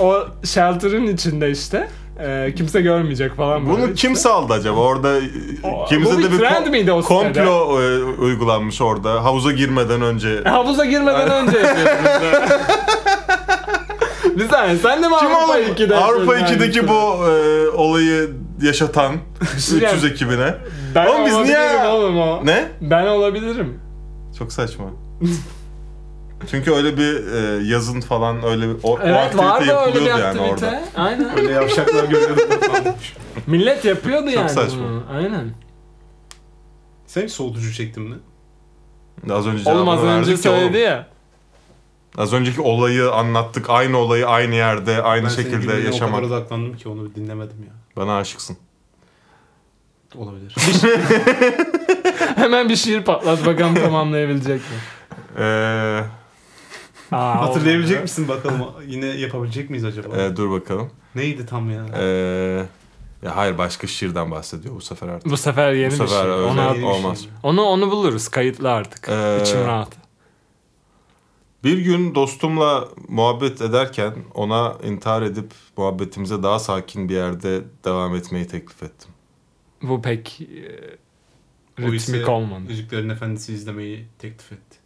Speaker 1: o shelter'ın içinde işte. e, kimse görmeyecek falan böyle.
Speaker 2: Bunu kim saldı acaba orada e,
Speaker 1: O-
Speaker 2: kimse
Speaker 1: bu
Speaker 2: de
Speaker 1: bir
Speaker 2: bir
Speaker 1: trend
Speaker 2: ko-
Speaker 1: miydi o sitede?
Speaker 2: komplo e, uygulanmış orada havuza girmeden önce.
Speaker 1: Havuza girmeden önce yapıyordunuz. Bir saniye sen de mi
Speaker 2: Kim
Speaker 1: Avrupa
Speaker 2: oğlum
Speaker 1: 2'de
Speaker 2: Avrupa
Speaker 1: yapıyordun
Speaker 2: 2'deki
Speaker 1: aynısını?
Speaker 2: bu e, olayı yaşatan 300 ekibine.
Speaker 1: Ben
Speaker 2: Oğlum biz niye-
Speaker 1: olabilirim Oğlum o.
Speaker 2: Ne?
Speaker 1: Ben olabilirim.
Speaker 2: Çok saçma. Çünkü öyle bir e, yazın falan öyle bir o, o
Speaker 1: Evet
Speaker 2: aktivite
Speaker 1: vardı öyle bir
Speaker 2: yapılıyordu
Speaker 1: aktivite.
Speaker 2: yani orada.
Speaker 1: Aynen.
Speaker 3: Böyle yavşaklar görüyorum.
Speaker 1: Millet yapıyordu yani
Speaker 2: saçma.
Speaker 1: bunu. Aynen.
Speaker 3: Sen hiç soğutucu çektin mi?
Speaker 2: Az önce
Speaker 1: Oğlum
Speaker 2: cevabını
Speaker 1: az önce
Speaker 2: verdik ya oğlum.
Speaker 1: söyledi ya.
Speaker 2: Az önceki olayı anlattık. Aynı olayı aynı yerde, aynı
Speaker 3: Ben senin
Speaker 2: şekilde
Speaker 3: gülmene O
Speaker 2: yaşamak.
Speaker 3: kadar odaklandım ki onu dinlemedim ya.
Speaker 2: Bana aşıksın.
Speaker 3: Olabilir.
Speaker 1: Hemen bir şiir patlat bakalım tamamlayabilecek mi?
Speaker 2: Ee,
Speaker 1: Aa,
Speaker 3: Hatırlayabilecek
Speaker 1: olmadı.
Speaker 3: misin bakalım? Yine yapabilecek miyiz acaba?
Speaker 2: e, dur bakalım.
Speaker 3: Neydi tam ya?
Speaker 2: Ee, ya hayır başka şiirden bahsediyor bu sefer artık.
Speaker 1: Bu sefer yeni
Speaker 2: Bu sefer
Speaker 1: bir şiir.
Speaker 2: öyle.
Speaker 1: Onu,
Speaker 3: Yeni bir
Speaker 2: olmaz.
Speaker 3: şey mi?
Speaker 1: onu, onu buluruz kayıtlı artık.
Speaker 2: Ee,
Speaker 1: İçim rahat.
Speaker 2: Bir gün dostumla muhabbet ederken ona intihar edip muhabbetimize daha sakin bir yerde devam etmeyi teklif ettim.
Speaker 1: Bu pek e,
Speaker 3: O
Speaker 1: ritmik
Speaker 3: ise
Speaker 1: olmadı.
Speaker 3: Yüzüklerin Efendisi izlemeyi teklif etti.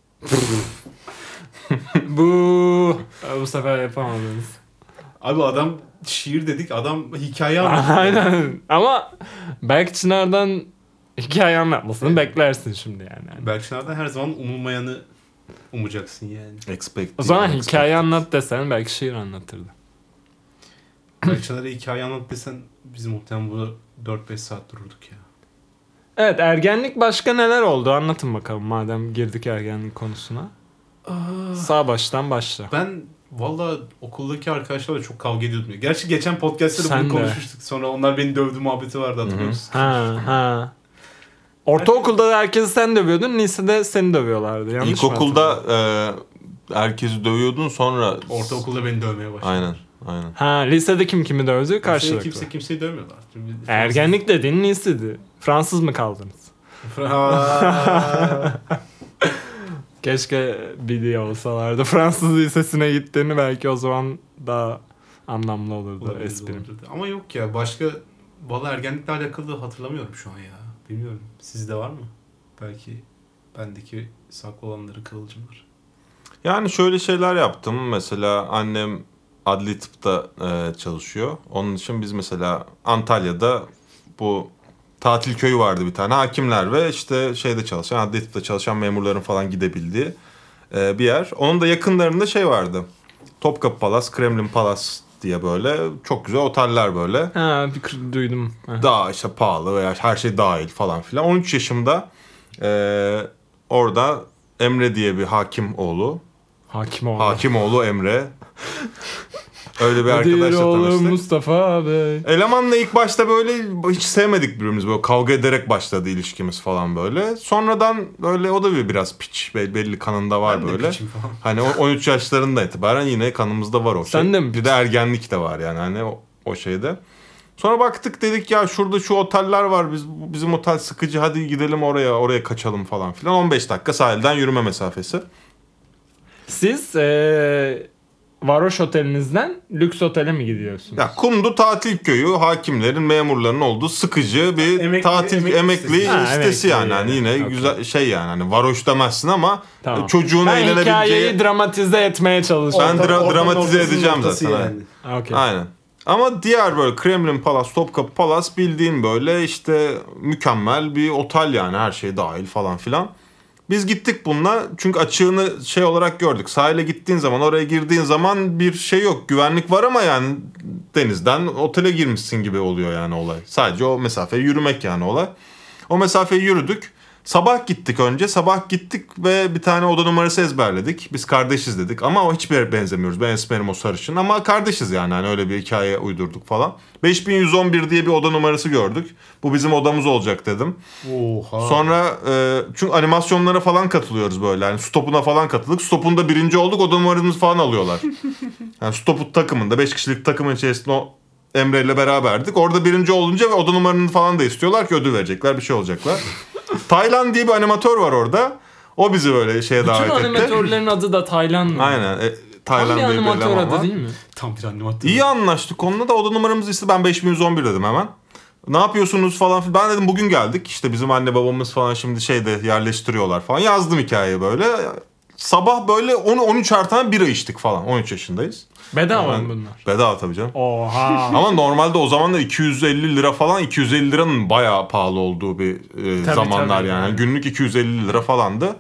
Speaker 1: Bu bu sefer yapamadınız.
Speaker 3: Abi adam şiir dedik adam hikaye anlatıyor.
Speaker 1: Aynen. Ama belki Çınar'dan hikaye anlatmasını beklersin şimdi yani. yani.
Speaker 3: Berçinar'dan her zaman umulmayanı umacaksın yani.
Speaker 2: Expect.
Speaker 1: O zaman
Speaker 2: değil,
Speaker 1: hikaye anlat desen belki şiir anlatırdı.
Speaker 3: Berçinar'a hikaye anlat desen biz muhtemelen burada 4-5 saat dururduk ya.
Speaker 1: Evet ergenlik başka neler oldu anlatın bakalım madem girdik ergenlik konusuna.
Speaker 3: Ah.
Speaker 1: Sağ baştan başla.
Speaker 3: Ben valla okuldaki arkadaşlarla çok kavga ediyordum. ya. Gerçi geçen podcast'ta da
Speaker 1: Sen
Speaker 3: bunu
Speaker 1: de.
Speaker 3: konuşmuştuk. Sonra onlar beni dövdü muhabbeti vardı hatırlıyor
Speaker 2: Hı hı.
Speaker 3: musun?
Speaker 1: Ha ha. Ortaokulda da herkesi sen dövüyordun, lisede seni dövüyorlardı. Yanlış mı
Speaker 2: İlkokulda
Speaker 1: hatırlıyorum?
Speaker 2: e, herkesi dövüyordun sonra...
Speaker 3: Ortaokulda beni dövmeye başladı.
Speaker 2: Aynen. Aynen.
Speaker 1: Ha lisede kim kimi dövdü
Speaker 3: Karşılıklı.
Speaker 1: karşılıklı.
Speaker 3: Kimse kimseyi dövmüyorlar. Şimdi Fransız-
Speaker 1: Ergenlik dediğin liseydi. Fransız mı kaldınız?
Speaker 3: Fra-
Speaker 1: Keşke biliyor olsalardı. Fransız lisesine gittiğini belki o zaman daha anlamlı olurdu
Speaker 3: Olabilir,
Speaker 1: esprim.
Speaker 3: olabilir. Ama yok ya başka valla ergenlikle alakalı hatırlamıyorum şu an ya. Bilmiyorum. Sizde var mı? Belki bendeki saklı olanları kıvılcımlar.
Speaker 2: Yani şöyle şeyler yaptım. Mesela annem adli tıpta e, çalışıyor. Onun için biz mesela Antalya'da bu tatil köyü vardı bir tane. Hakimler ve işte şeyde çalışan, adli tıpta çalışan memurların falan gidebildiği e, bir yer. Onun da yakınlarında şey vardı. Topkapı Palas, Kremlin Palas diye böyle çok güzel oteller böyle.
Speaker 1: Ha bir kır- duydum. Ha.
Speaker 2: Daha işte pahalı veya her şey dahil falan filan. 13 yaşımda e, orada Emre diye bir hakim oğlu
Speaker 1: Hakim oldu.
Speaker 2: Hakimoğlu Emre. Öyle bir
Speaker 1: Kadir
Speaker 2: arkadaşla
Speaker 1: oğlum
Speaker 2: tanıştık.
Speaker 1: Mustafa Bey.
Speaker 2: Elemanla ilk başta böyle hiç sevmedik birbirimizi. Böyle kavga ederek başladı ilişkimiz falan böyle. Sonradan böyle o da bir biraz piç. be- Belli kanında var
Speaker 3: Ben de
Speaker 2: böyle.
Speaker 3: piçim falan.
Speaker 2: Hani o 13 yaşlarında itibaren yine kanımızda var o şey.
Speaker 1: Sen de mi
Speaker 2: Bir de ergenlik de var yani hani o, o şeyde. Sonra baktık dedik ya şurada şu oteller var. Biz bu- bizim otel sıkıcı. Hadi gidelim oraya, oraya kaçalım falan filan. 15 dakika sahilden yürüme mesafesi.
Speaker 1: Siz eee varoş otelinizden lüks otele mi gidiyorsunuz?
Speaker 2: Ya Kumdu tatil köyü hakimlerin memurların olduğu sıkıcı bir
Speaker 3: Emekli-
Speaker 2: tatil
Speaker 3: emekli
Speaker 2: emekli,
Speaker 3: sitesi.
Speaker 2: sitesi,
Speaker 1: Ha, emekli
Speaker 2: yani.
Speaker 1: yani.
Speaker 2: Hani yine
Speaker 1: Okey.
Speaker 2: güzel şey yani hani varoş demezsin ama
Speaker 1: Tamam.
Speaker 2: çocuğun
Speaker 1: Ben hikayeyi
Speaker 2: eğlenebileceği
Speaker 1: dramatize etmeye çalışıyorum.
Speaker 2: Ben dra-
Speaker 3: Ortanın
Speaker 2: dramatize
Speaker 3: ortasının
Speaker 2: edeceğim
Speaker 3: ortası
Speaker 2: zaten,
Speaker 1: Okey.
Speaker 2: aynen. Ama diğer böyle Kremlin Palas, Topkapı Palas bildiğin böyle işte mükemmel bir otel yani her şey dahil falan filan. Biz gittik bununla çünkü açığını şey olarak gördük. Sahile gittiğin zaman oraya girdiğin zaman bir şey yok. Güvenlik var ama yani denizden otele girmişsin gibi oluyor yani olay. Sadece o mesafeyi yürümek yani olay. O mesafeyi yürüdük. Sabah gittik önce. Sabah gittik ve bir tane oda numarası ezberledik. Biz kardeşiz dedik ama o hiçbir yere benzemiyoruz. Ben esmerim o sarışın ama kardeşiz yani. Hani öyle bir hikaye uydurduk falan. 5111 diye bir oda numarası gördük. Bu bizim odamız olacak dedim.
Speaker 3: Oha.
Speaker 2: Sonra e, çünkü animasyonlara falan katılıyoruz böyle. Yani stopuna falan katıldık. Stopunda birinci olduk. O numaramızı falan alıyorlar. yani stopu takımında 5 kişilik takımın içerisinde o Emre ile beraberdik. Orada birinci olunca ve oda numaranı falan da istiyorlar ki ödül verecekler bir şey olacaklar. Taylan diye bir animatör var orada. O bizi böyle şeye
Speaker 1: Bütün
Speaker 2: davet etti.
Speaker 1: animatörlerin adı da Taylan mı?
Speaker 2: Aynen. E,
Speaker 1: Tam
Speaker 2: Taylan
Speaker 1: bir
Speaker 2: diye bir
Speaker 1: animatör
Speaker 2: eleman var.
Speaker 1: adı değil mi?
Speaker 3: Tam bir animatör.
Speaker 2: İyi anlaştık onunla da oda numaramızı istedi. Ben 5111 dedim hemen. Ne yapıyorsunuz falan filan. Ben dedim bugün geldik. İşte bizim anne babamız falan şimdi şeyde yerleştiriyorlar falan. Yazdım hikayeyi böyle. Sabah böyle 10-13'er tane bira içtik falan. 13 yaşındayız.
Speaker 1: Bedava mı
Speaker 2: Ben-
Speaker 1: bunlar?
Speaker 2: Bedava tabii canım.
Speaker 1: Oha.
Speaker 2: Ama normalde o zamanlar 250 lira falan 250 liranın bayağı pahalı olduğu bir e,
Speaker 1: Tabii,
Speaker 2: zamanlar
Speaker 1: tabii.
Speaker 2: yani. Günlük 250 lira falandı.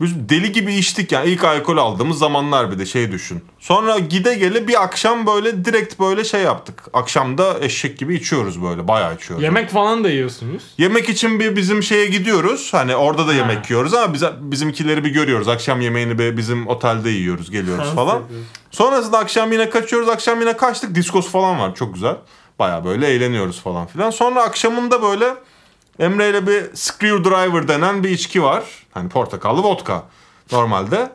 Speaker 2: Biz deli gibi içtik yani ilk alkol aldığımız zamanlar bir de şey düşün. Sonra gide gele bir akşam böyle direkt böyle şey yaptık. Akşamda eşek gibi içiyoruz böyle bayağı içiyoruz.
Speaker 1: Yemek falan da yiyorsunuz.
Speaker 2: Yemek için bir bizim şeye gidiyoruz. Hani orada da yemek yiyoruz ama biz, bizimkileri bir görüyoruz. Akşam yemeğini bir bizim otelde yiyoruz, geliyoruz falan. Sonrasında akşam yine kaçıyoruz. Akşam yine kaçtık. Diskos falan var. Çok güzel. Baya böyle eğleniyoruz falan filan. Sonra akşamında böyle Emre ile bir screwdriver denen bir içki var. Hani portakallı vodka normalde.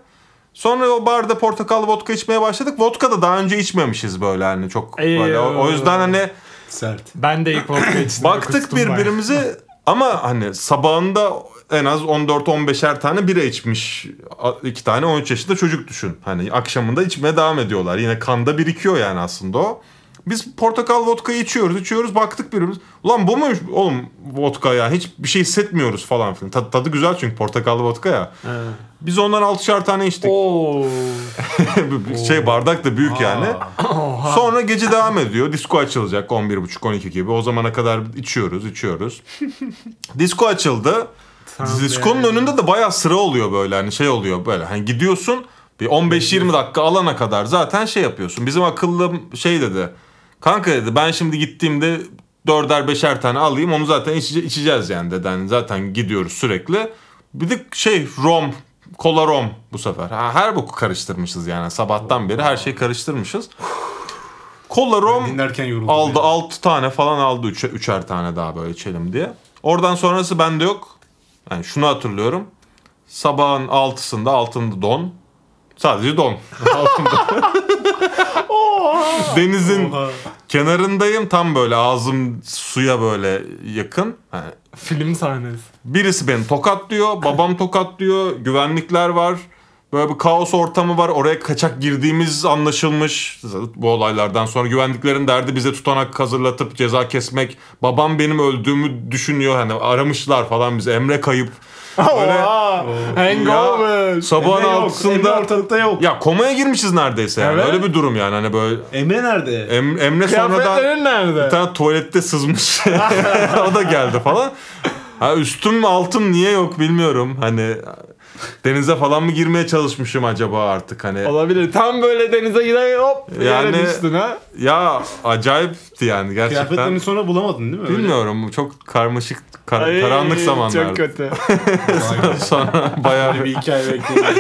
Speaker 2: Sonra o barda portakallı vodka içmeye başladık. Vodka da daha önce içmemişiz böyle hani çok
Speaker 1: Ey,
Speaker 2: böyle. O, o yüzden hani
Speaker 3: Sert.
Speaker 1: Ben de ilk vodka içtim.
Speaker 2: Baktık birbirimize ama hani sabahında en az 14-15'er tane bira içmiş. A- iki tane 13 yaşında çocuk düşün. Hani akşamında içmeye devam ediyorlar. Yine kanda birikiyor yani aslında o. Biz portakal vodka içiyoruz içiyoruz baktık birbirimiz. Ulan bu muymuş oğlum vodka ya hiç bir şey hissetmiyoruz falan filan. Tadı, tadı güzel çünkü portakallı vodka ya. Biz ondan 6'şar tane
Speaker 1: Oh.
Speaker 2: içtik.
Speaker 1: Oo.
Speaker 2: şey bardak da büyük yani.
Speaker 1: Oha.
Speaker 2: Sonra gece devam ediyor. Disko açılacak 11.30-12 gibi. O zamana kadar içiyoruz, içiyoruz. Disko açıldı. Diskonun önünde de bayağı sıra oluyor böyle. Hani şey oluyor böyle. Hani gidiyorsun bir 15-20 dakika alana kadar zaten şey yapıyorsun. Bizim akıllı şey dedi. Kanka dedi ben şimdi gittiğimde dörder beşer tane alayım. Onu zaten içece- içeceğiz yani dedi. Hani zaten gidiyoruz sürekli. Bir de şey rom Kola rom bu sefer. Ha, her boku karıştırmışız yani. Sabahtan beri her şeyi karıştırmışız. Kola rom
Speaker 3: Dinlerken yoruldum.
Speaker 2: aldı
Speaker 3: yani.
Speaker 2: 6 tane falan aldı üç, üçer tane daha böyle içelim diye. Oradan sonrası bende yok. Yani şunu hatırlıyorum. Sabahın 6'sında altında don. Sadece don. Altımda. Denizin
Speaker 3: Oha.
Speaker 2: kenarındayım tam böyle ağzım suya böyle yakın. Yani
Speaker 1: Film sahnesi.
Speaker 2: Birisi beni tokatlıyor, babam tokatlıyor, güvenlikler var. Böyle bir kaos ortamı var. Oraya kaçak girdiğimiz anlaşılmış. Bu olaylardan sonra güvenliklerin derdi bize tutanak hazırlatıp ceza kesmek. Babam benim öldüğümü düşünüyor. Hani aramışlar falan bizi. Emre kayıp. Böyle
Speaker 1: Hangover.
Speaker 2: sabahın
Speaker 3: Emre yok, Emre
Speaker 2: altısında...
Speaker 3: ortalıkta yok.
Speaker 2: Ya komaya girmişiz neredeyse yani.
Speaker 1: Evet.
Speaker 2: Öyle bir durum yani. Hani böyle
Speaker 3: Emre nerede?
Speaker 2: Em- Emre sonradan...
Speaker 1: Kıyafetlerin nerede?
Speaker 2: Bir tane tuvalette sızmış. o da geldi falan. Ha, üstüm mü, altım niye yok bilmiyorum. Hani denize falan mı girmeye çalışmışım acaba artık hani.
Speaker 1: Olabilir. Tam böyle denize gider hop yani...
Speaker 2: Yani-
Speaker 1: yere düştün ha.
Speaker 2: Ya acayipti yani gerçekten.
Speaker 3: Kıyafetlerini sonra bulamadın değil mi? Öyle.
Speaker 2: Bilmiyorum bu çok karmaşık kar-
Speaker 1: Ay,
Speaker 2: karanlık zamanlardı.
Speaker 1: Çok kötü.
Speaker 2: Sonra bayağı
Speaker 3: bir hikaye bekliyorum.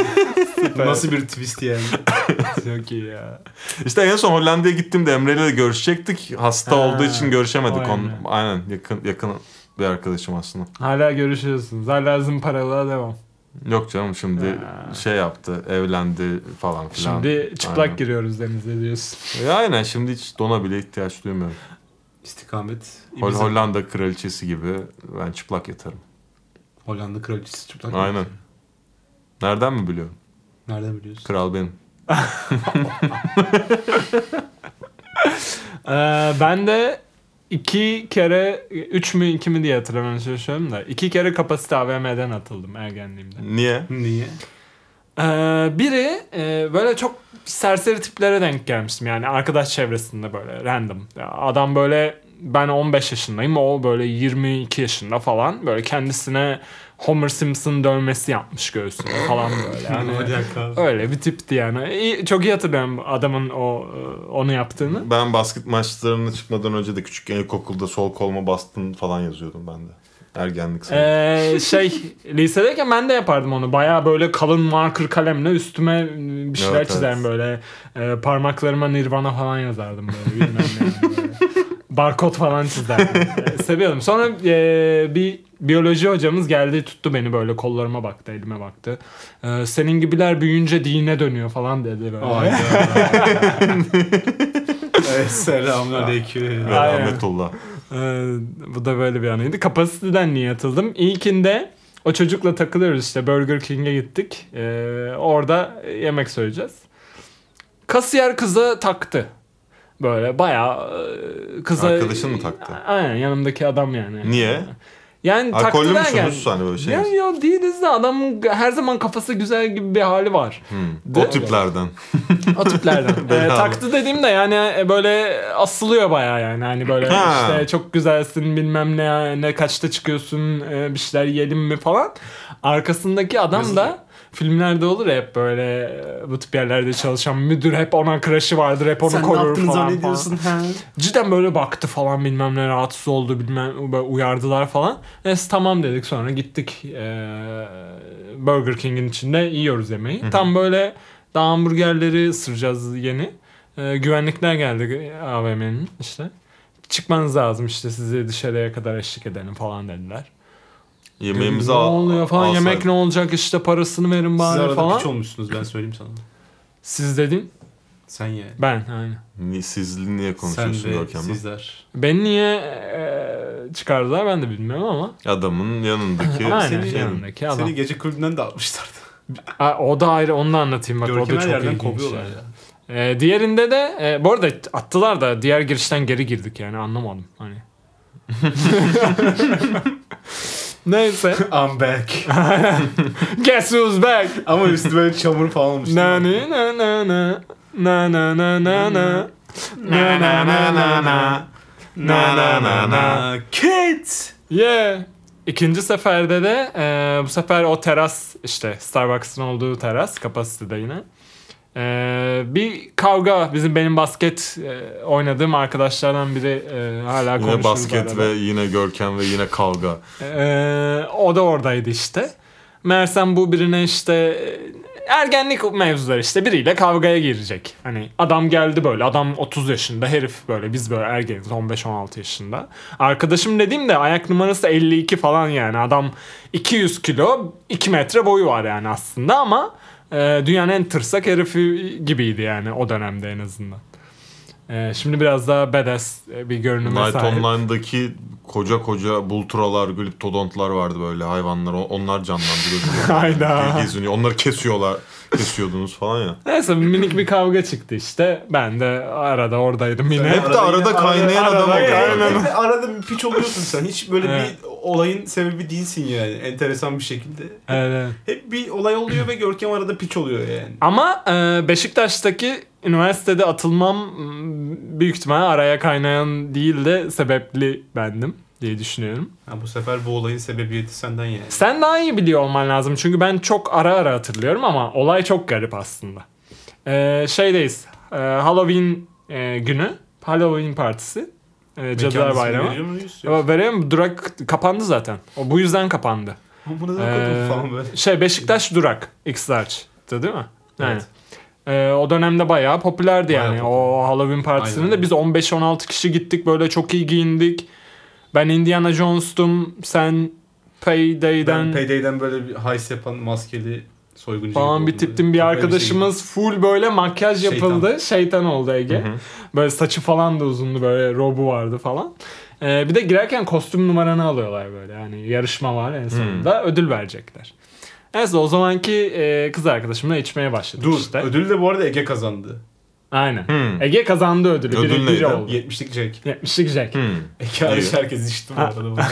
Speaker 3: Nasıl bir twist yani?
Speaker 1: çok iyi ya.
Speaker 2: işte en son Hollanda'ya gittiğimde Emre'yle de görüşecektik. Hasta
Speaker 1: Ha,
Speaker 2: olduğu için görüşemedik
Speaker 1: o
Speaker 2: onu.
Speaker 1: Emre.
Speaker 2: Aynen yakın yakın bir arkadaşım aslında.
Speaker 1: Hala görüşüyorsunuz. Hala zımparalığa devam.
Speaker 2: Yok canım şimdi
Speaker 1: Ha.
Speaker 2: şey yaptı, evlendi falan filan.
Speaker 1: Şimdi çıplak
Speaker 2: Aynen.
Speaker 1: giriyoruz denize diyorsun.
Speaker 2: Ya aynen şimdi hiç dona bile ihtiyaç duymuyorum.
Speaker 3: İstikamet.
Speaker 1: E,
Speaker 2: Hol-
Speaker 3: Ibiza.
Speaker 2: Hollanda kraliçesi gibi ben çıplak yatarım.
Speaker 3: Hollanda kraliçesi çıplak.
Speaker 2: Aynen. Nereden mi biliyorum?
Speaker 3: Nereden biliyorsun?
Speaker 2: Kral benim.
Speaker 1: Ee, ben de iki kere, üç mü iki mi diye hatırlamaya çalışıyorum da. iki kere kapasite AVM'den atıldım ergenliğimde.
Speaker 2: Niye?
Speaker 3: Niye?
Speaker 1: Ee, biri e, böyle çok serseri tiplere denk gelmiştim yani arkadaş çevresinde böyle random. Ya Adam böyle ben 15 yaşındayım o böyle 22 yaşında falan böyle kendisine Homer Simpson dövmesi yapmış göğsüne falan böyle. Yani
Speaker 3: Manyak abi.
Speaker 1: öyle bir tipti yani. İyi- çok iyi hatırlıyorum adamın o e, onu yaptığını.
Speaker 2: Ben basket maçlarına çıkmadan önce de küçükken ilkokulda sol koluma bastın falan yazıyordum ben de. Ergenlik sayılır.
Speaker 1: Ee, şey lisedeyken ben de yapardım onu. Baya böyle kalın marker kalemle üstüme bir şeyler
Speaker 2: Evet,
Speaker 1: çizerim böyle. Ee, parmaklarıma Nirvana falan yazardım böyle bilmem ne. yani böyle. Barkod falan çizerdim. Ee, seviyordum. Sonra ee, bir biyoloji hocamız geldi tuttu beni böyle kollarıma baktı elime baktı. Ee, senin gibiler büyüyünce dine dönüyor falan dedi böyle.
Speaker 3: evet, selamünaleyküm.
Speaker 2: Ve
Speaker 1: aynen.
Speaker 2: Rahmetullah.
Speaker 1: Ee, bu da böyle bir anıydı. Kapasiteden niye atıldım? İlkinde o çocukla takılıyoruz işte Burger King'e gittik. Ee, orada yemek söyleyeceğiz. Kasiyer kıza taktı. Böyle bayağı e, kıza...
Speaker 2: Arkadaşın mı taktı?
Speaker 1: Aynen yanımdaki adam yani.
Speaker 2: Niye?
Speaker 1: Yani
Speaker 2: Alkollü
Speaker 1: taktı derken...
Speaker 2: müsünüz hani böyle şey?
Speaker 1: Ya, ya değiliz de adamın her zaman kafası güzel gibi bir hali var.
Speaker 2: Hmm.
Speaker 1: De-
Speaker 2: O tiplerden.
Speaker 1: O tiplerden. Ee, taktı dediğimde yani e, böyle asılıyor baya yani. Hani böyle
Speaker 2: Ha.
Speaker 1: işte çok güzelsin bilmem ne ne kaçta çıkıyorsun e, bir şeyler yiyelim mi falan. Arkasındaki adam da filmlerde olur ya hep böyle e, bu tip yerlerde çalışan müdür hep ona crush'ı vardır hep onu
Speaker 3: Sen ne
Speaker 1: korur
Speaker 3: yaptığını
Speaker 1: falan.
Speaker 3: zannediyorsun? Ha?
Speaker 1: falan. Cidden böyle baktı falan bilmem ne rahatsız oldu bilmem böyle uyardılar falan. Neyse tamam dedik sonra gittik e, Burger King'in içinde yiyoruz yemeği. Tam böyle daha hamburgerleri ısıracağız yeni. E, güvenlikler geldi AVM'nin işte. Çıkmanız lazım işte sizi dışarıya kadar eşlik edelim falan dediler.
Speaker 2: Yemeğimizi
Speaker 1: ne
Speaker 2: al.
Speaker 1: oluyor falan
Speaker 2: alsaydık.
Speaker 1: yemek ne olacak işte parasını verin
Speaker 3: Siz
Speaker 1: bari
Speaker 3: arada
Speaker 1: falan.
Speaker 3: piç olmuşsunuz ben söyleyeyim sana.
Speaker 1: Siz dedin
Speaker 3: Sen yani.
Speaker 1: ben aynı.
Speaker 2: Ni- Siz niye
Speaker 3: Sen
Speaker 2: konuşuyorsun
Speaker 3: ve
Speaker 2: Görkem'le?
Speaker 3: sizler.
Speaker 1: Beni niye e, çıkardılar ben de bilmiyorum ama.
Speaker 2: Adamın yanındaki
Speaker 1: Aynen
Speaker 2: senin-
Speaker 1: yanındaki adam.
Speaker 3: Seni gece kulübünden de atmışlardı.
Speaker 1: Aa, o da ayrı onu da anlatayım bak o
Speaker 3: Görkem'i
Speaker 1: da
Speaker 3: her
Speaker 1: çok
Speaker 3: yerden
Speaker 1: ilginç.
Speaker 3: kovuyorlar
Speaker 1: yani.
Speaker 3: ya.
Speaker 1: E, diğerinde de e, bu arada attılar da diğer girişten geri girdik yani anlamadım hani. Neyse.
Speaker 3: I'm back.
Speaker 1: Guess who's back?
Speaker 3: Ama üstü böyle çamur falan olmuş. değil mi?
Speaker 1: Na ni na na na na na na na na na na na na na
Speaker 3: Na na na na. Kids.
Speaker 1: Yeah. İkinci seferde de e, bu sefer o teras işte Starbucks'ın olduğu teras kapasitede yine. E, bir kavga bizim benim basket e, oynadığım arkadaşlardan biri e, hala
Speaker 2: Yine
Speaker 1: konuşuyoruz.
Speaker 2: basket
Speaker 1: arada.
Speaker 2: ve yine Görkem ve yine kavga.
Speaker 1: E, o da oradaydı işte. Mersem bu birine işte e, ergenlik mevzuları işte biriyle kavgaya girecek. Hani adam geldi böyle adam 30 yaşında herif böyle biz böyle ergeniz 15-16 yaşında. Arkadaşım dediğim de ayak numarası 52 falan yani adam 200 kilo 2 metre boyu var yani aslında ama e, dünyanın en tırsak herifi gibiydi yani o dönemde en azından. E, şimdi biraz daha badass e, bir görünüme
Speaker 2: Night
Speaker 1: sahip.
Speaker 2: Online'daki koca koca bulturalar, gliptodontlar vardı böyle hayvanlar. O- Onlar canlandı gözümde.
Speaker 1: Hayda.
Speaker 2: Geziniyor. Onları kesiyorlar. Kesiyordunuz falan ya.
Speaker 1: Neyse minik bir kavga çıktı işte. Ben de arada oradaydım yine.
Speaker 2: Hep de arada kaynayan
Speaker 1: arada-
Speaker 2: adam oluyor.
Speaker 1: aynen.
Speaker 2: Yani.
Speaker 3: Hep arada bir piç oluyorsun sen. Hiç böyle
Speaker 1: Evet.
Speaker 3: bir olayın sebebi değilsin yani. Enteresan bir şekilde.
Speaker 1: Evet, evet.
Speaker 3: Hep bir olay oluyor ve Görkem arada piç oluyor yani.
Speaker 1: Ama e, Beşiktaş'taki üniversitede atılmam m, büyük ihtimal araya kaynayan değil de sebepli bendim diye düşünüyorum.
Speaker 3: Ha, bu sefer bu olayın sebebiyeti senden yani.
Speaker 1: Sen daha iyi biliyor olman lazım çünkü ben çok ara ara hatırlıyorum ama olay çok garip aslında. E, şeydeyiz. e, Halloween e, günü. Halloween partisi. E, Cadılar
Speaker 3: Mekan ismi
Speaker 1: Bayramı.
Speaker 3: veriyor muyuz?
Speaker 1: Ama vereyim durak kapandı zaten. O bu yüzden kapandı.
Speaker 3: Bunu da
Speaker 1: Ee,
Speaker 3: okudum falan böyle.
Speaker 1: Şey Beşiktaş Durak X-Large'dı değil mi? Yani.
Speaker 3: Evet.
Speaker 1: Ee, o dönemde bayağı popülerdi
Speaker 3: Bayağı
Speaker 1: yani.
Speaker 3: popüler.
Speaker 1: O Halloween partisinde
Speaker 3: Aynen.
Speaker 1: de biz 15-16 kişi gittik böyle çok iyi giyindik. Ben Indiana Jones'tum. Sen Payday'den
Speaker 3: Ben Payday'den böyle bir heist yapan maskeli soyguncu
Speaker 1: falan
Speaker 3: gibi
Speaker 1: bir
Speaker 3: oldum.
Speaker 1: tiptim. Bir
Speaker 3: Kafaya şey
Speaker 1: arkadaşımız full böyle makyaj
Speaker 3: Şeytan.
Speaker 1: yapıldı. Şeytan, oldu Ege. Böyle saçı falan da uzundu böyle robu vardı falan. Ee, bir de girerken kostüm numaranı alıyorlar böyle. Yani yarışma var en sonunda ödül verecekler. Neyse o zamanki e, kız arkadaşımla içmeye
Speaker 3: şey
Speaker 1: başladık
Speaker 3: Dur
Speaker 1: işte.
Speaker 3: ödülü de bu arada Ege kazandı.
Speaker 1: Aynen.
Speaker 2: Hmm.
Speaker 1: Ege kazandı ödülü.
Speaker 2: Ödül
Speaker 1: Ödül
Speaker 2: neydi?
Speaker 1: oldu.
Speaker 3: 70'lik Jack.
Speaker 1: 70'lik Jack.
Speaker 2: Hmm.
Speaker 3: Ege
Speaker 2: İyi.
Speaker 3: hariç herkes içti bu arada.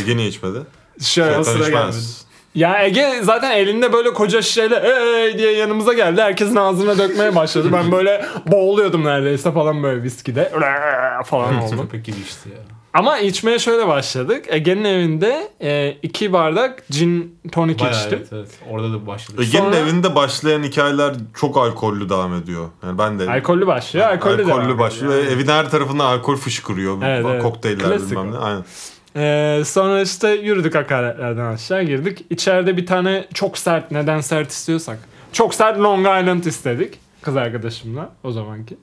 Speaker 2: Ege niye içmedi?
Speaker 1: Şöyle.
Speaker 3: sıra
Speaker 2: Şeytan içmez.
Speaker 3: gelmedi.
Speaker 1: Ya Ege zaten elinde böyle koca şişeyle "Ey!" diye yanımıza geldi. Herkesin ağzına dökmeye başladı. Ben böyle boğuluyordum neredeyse falan böyle viskide. falan oldum.
Speaker 3: Köpek gibi içti ya.
Speaker 1: Ama içmeye şöyle başladık. Ege'nin evinde e, iki bardak cin tonik
Speaker 3: Bayağı
Speaker 1: içtim.
Speaker 3: evet, evet. Orada da başladı.
Speaker 2: Ege'nin
Speaker 1: Sonra-
Speaker 2: evinde başlayan hikayeler çok alkollü devam ediyor. Yani ben de
Speaker 1: Alkollü başlıyor. Alkollü,
Speaker 2: alkollü,
Speaker 1: devam ediyor.
Speaker 2: başlıyor. E, ve Evin her tarafında alkol fışkırıyor.
Speaker 1: Evet, evet.
Speaker 2: Kokteyller
Speaker 1: Klasik
Speaker 2: bilmem
Speaker 1: o.
Speaker 2: ne. Aynen.
Speaker 1: Ee, sonra işte yürüdük hakaretlerden aşağı girdik. İçeride bir tane çok sert, neden sert istiyorsak. Çok sert Long Island istedik. Kız arkadaşımla o zamanki.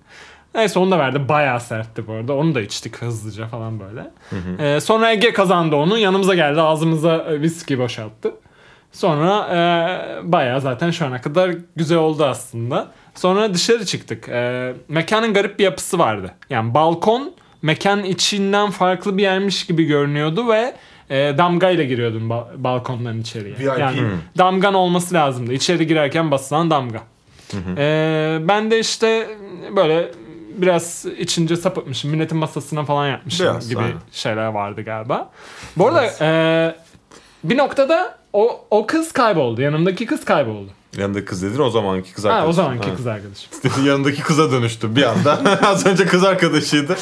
Speaker 1: Neyse onu da verdi. Bayağı sertti bu arada. Onu da içtik hızlıca falan böyle. Ee, sonra Ege kazandı onu. Yanımıza geldi. Ağzımıza e, viski boşalttı. Sonra e, bayağı zaten şu ana kadar güzel oldu aslında. Sonra dışarı çıktık. E, mekanın garip bir yapısı vardı. Yani balkon mekan içinden farklı bir yermiş gibi görünüyordu ve e, damgayla giriyordun ba- balkondan içeriye.
Speaker 3: VIP.
Speaker 1: Yani damgan olması lazımdı. İçeri girerken basılan damga. E, ben de işte böyle biraz içince sapıtmışım. Milletin masasına falan yapmışım
Speaker 2: Biraz,
Speaker 1: gibi
Speaker 2: aynen.
Speaker 1: şeyler vardı galiba. Bu arada e, bir noktada o, o kız kayboldu. Yanımdaki kız kayboldu.
Speaker 2: Yanındaki kız dedin o zamanki kız
Speaker 1: Ha,
Speaker 2: arkadaşı.
Speaker 1: o zamanki
Speaker 2: Ha.
Speaker 1: kız arkadaşım.
Speaker 2: Yanındaki kıza dönüştü bir anda. Az önce kız arkadaşıydı.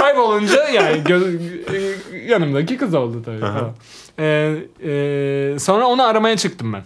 Speaker 1: Kaybolunca yani gö- e, yanımdaki kız oldu tabii. Ee,
Speaker 2: Aha.
Speaker 1: falan. E, e, sonra onu aramaya çıktım ben.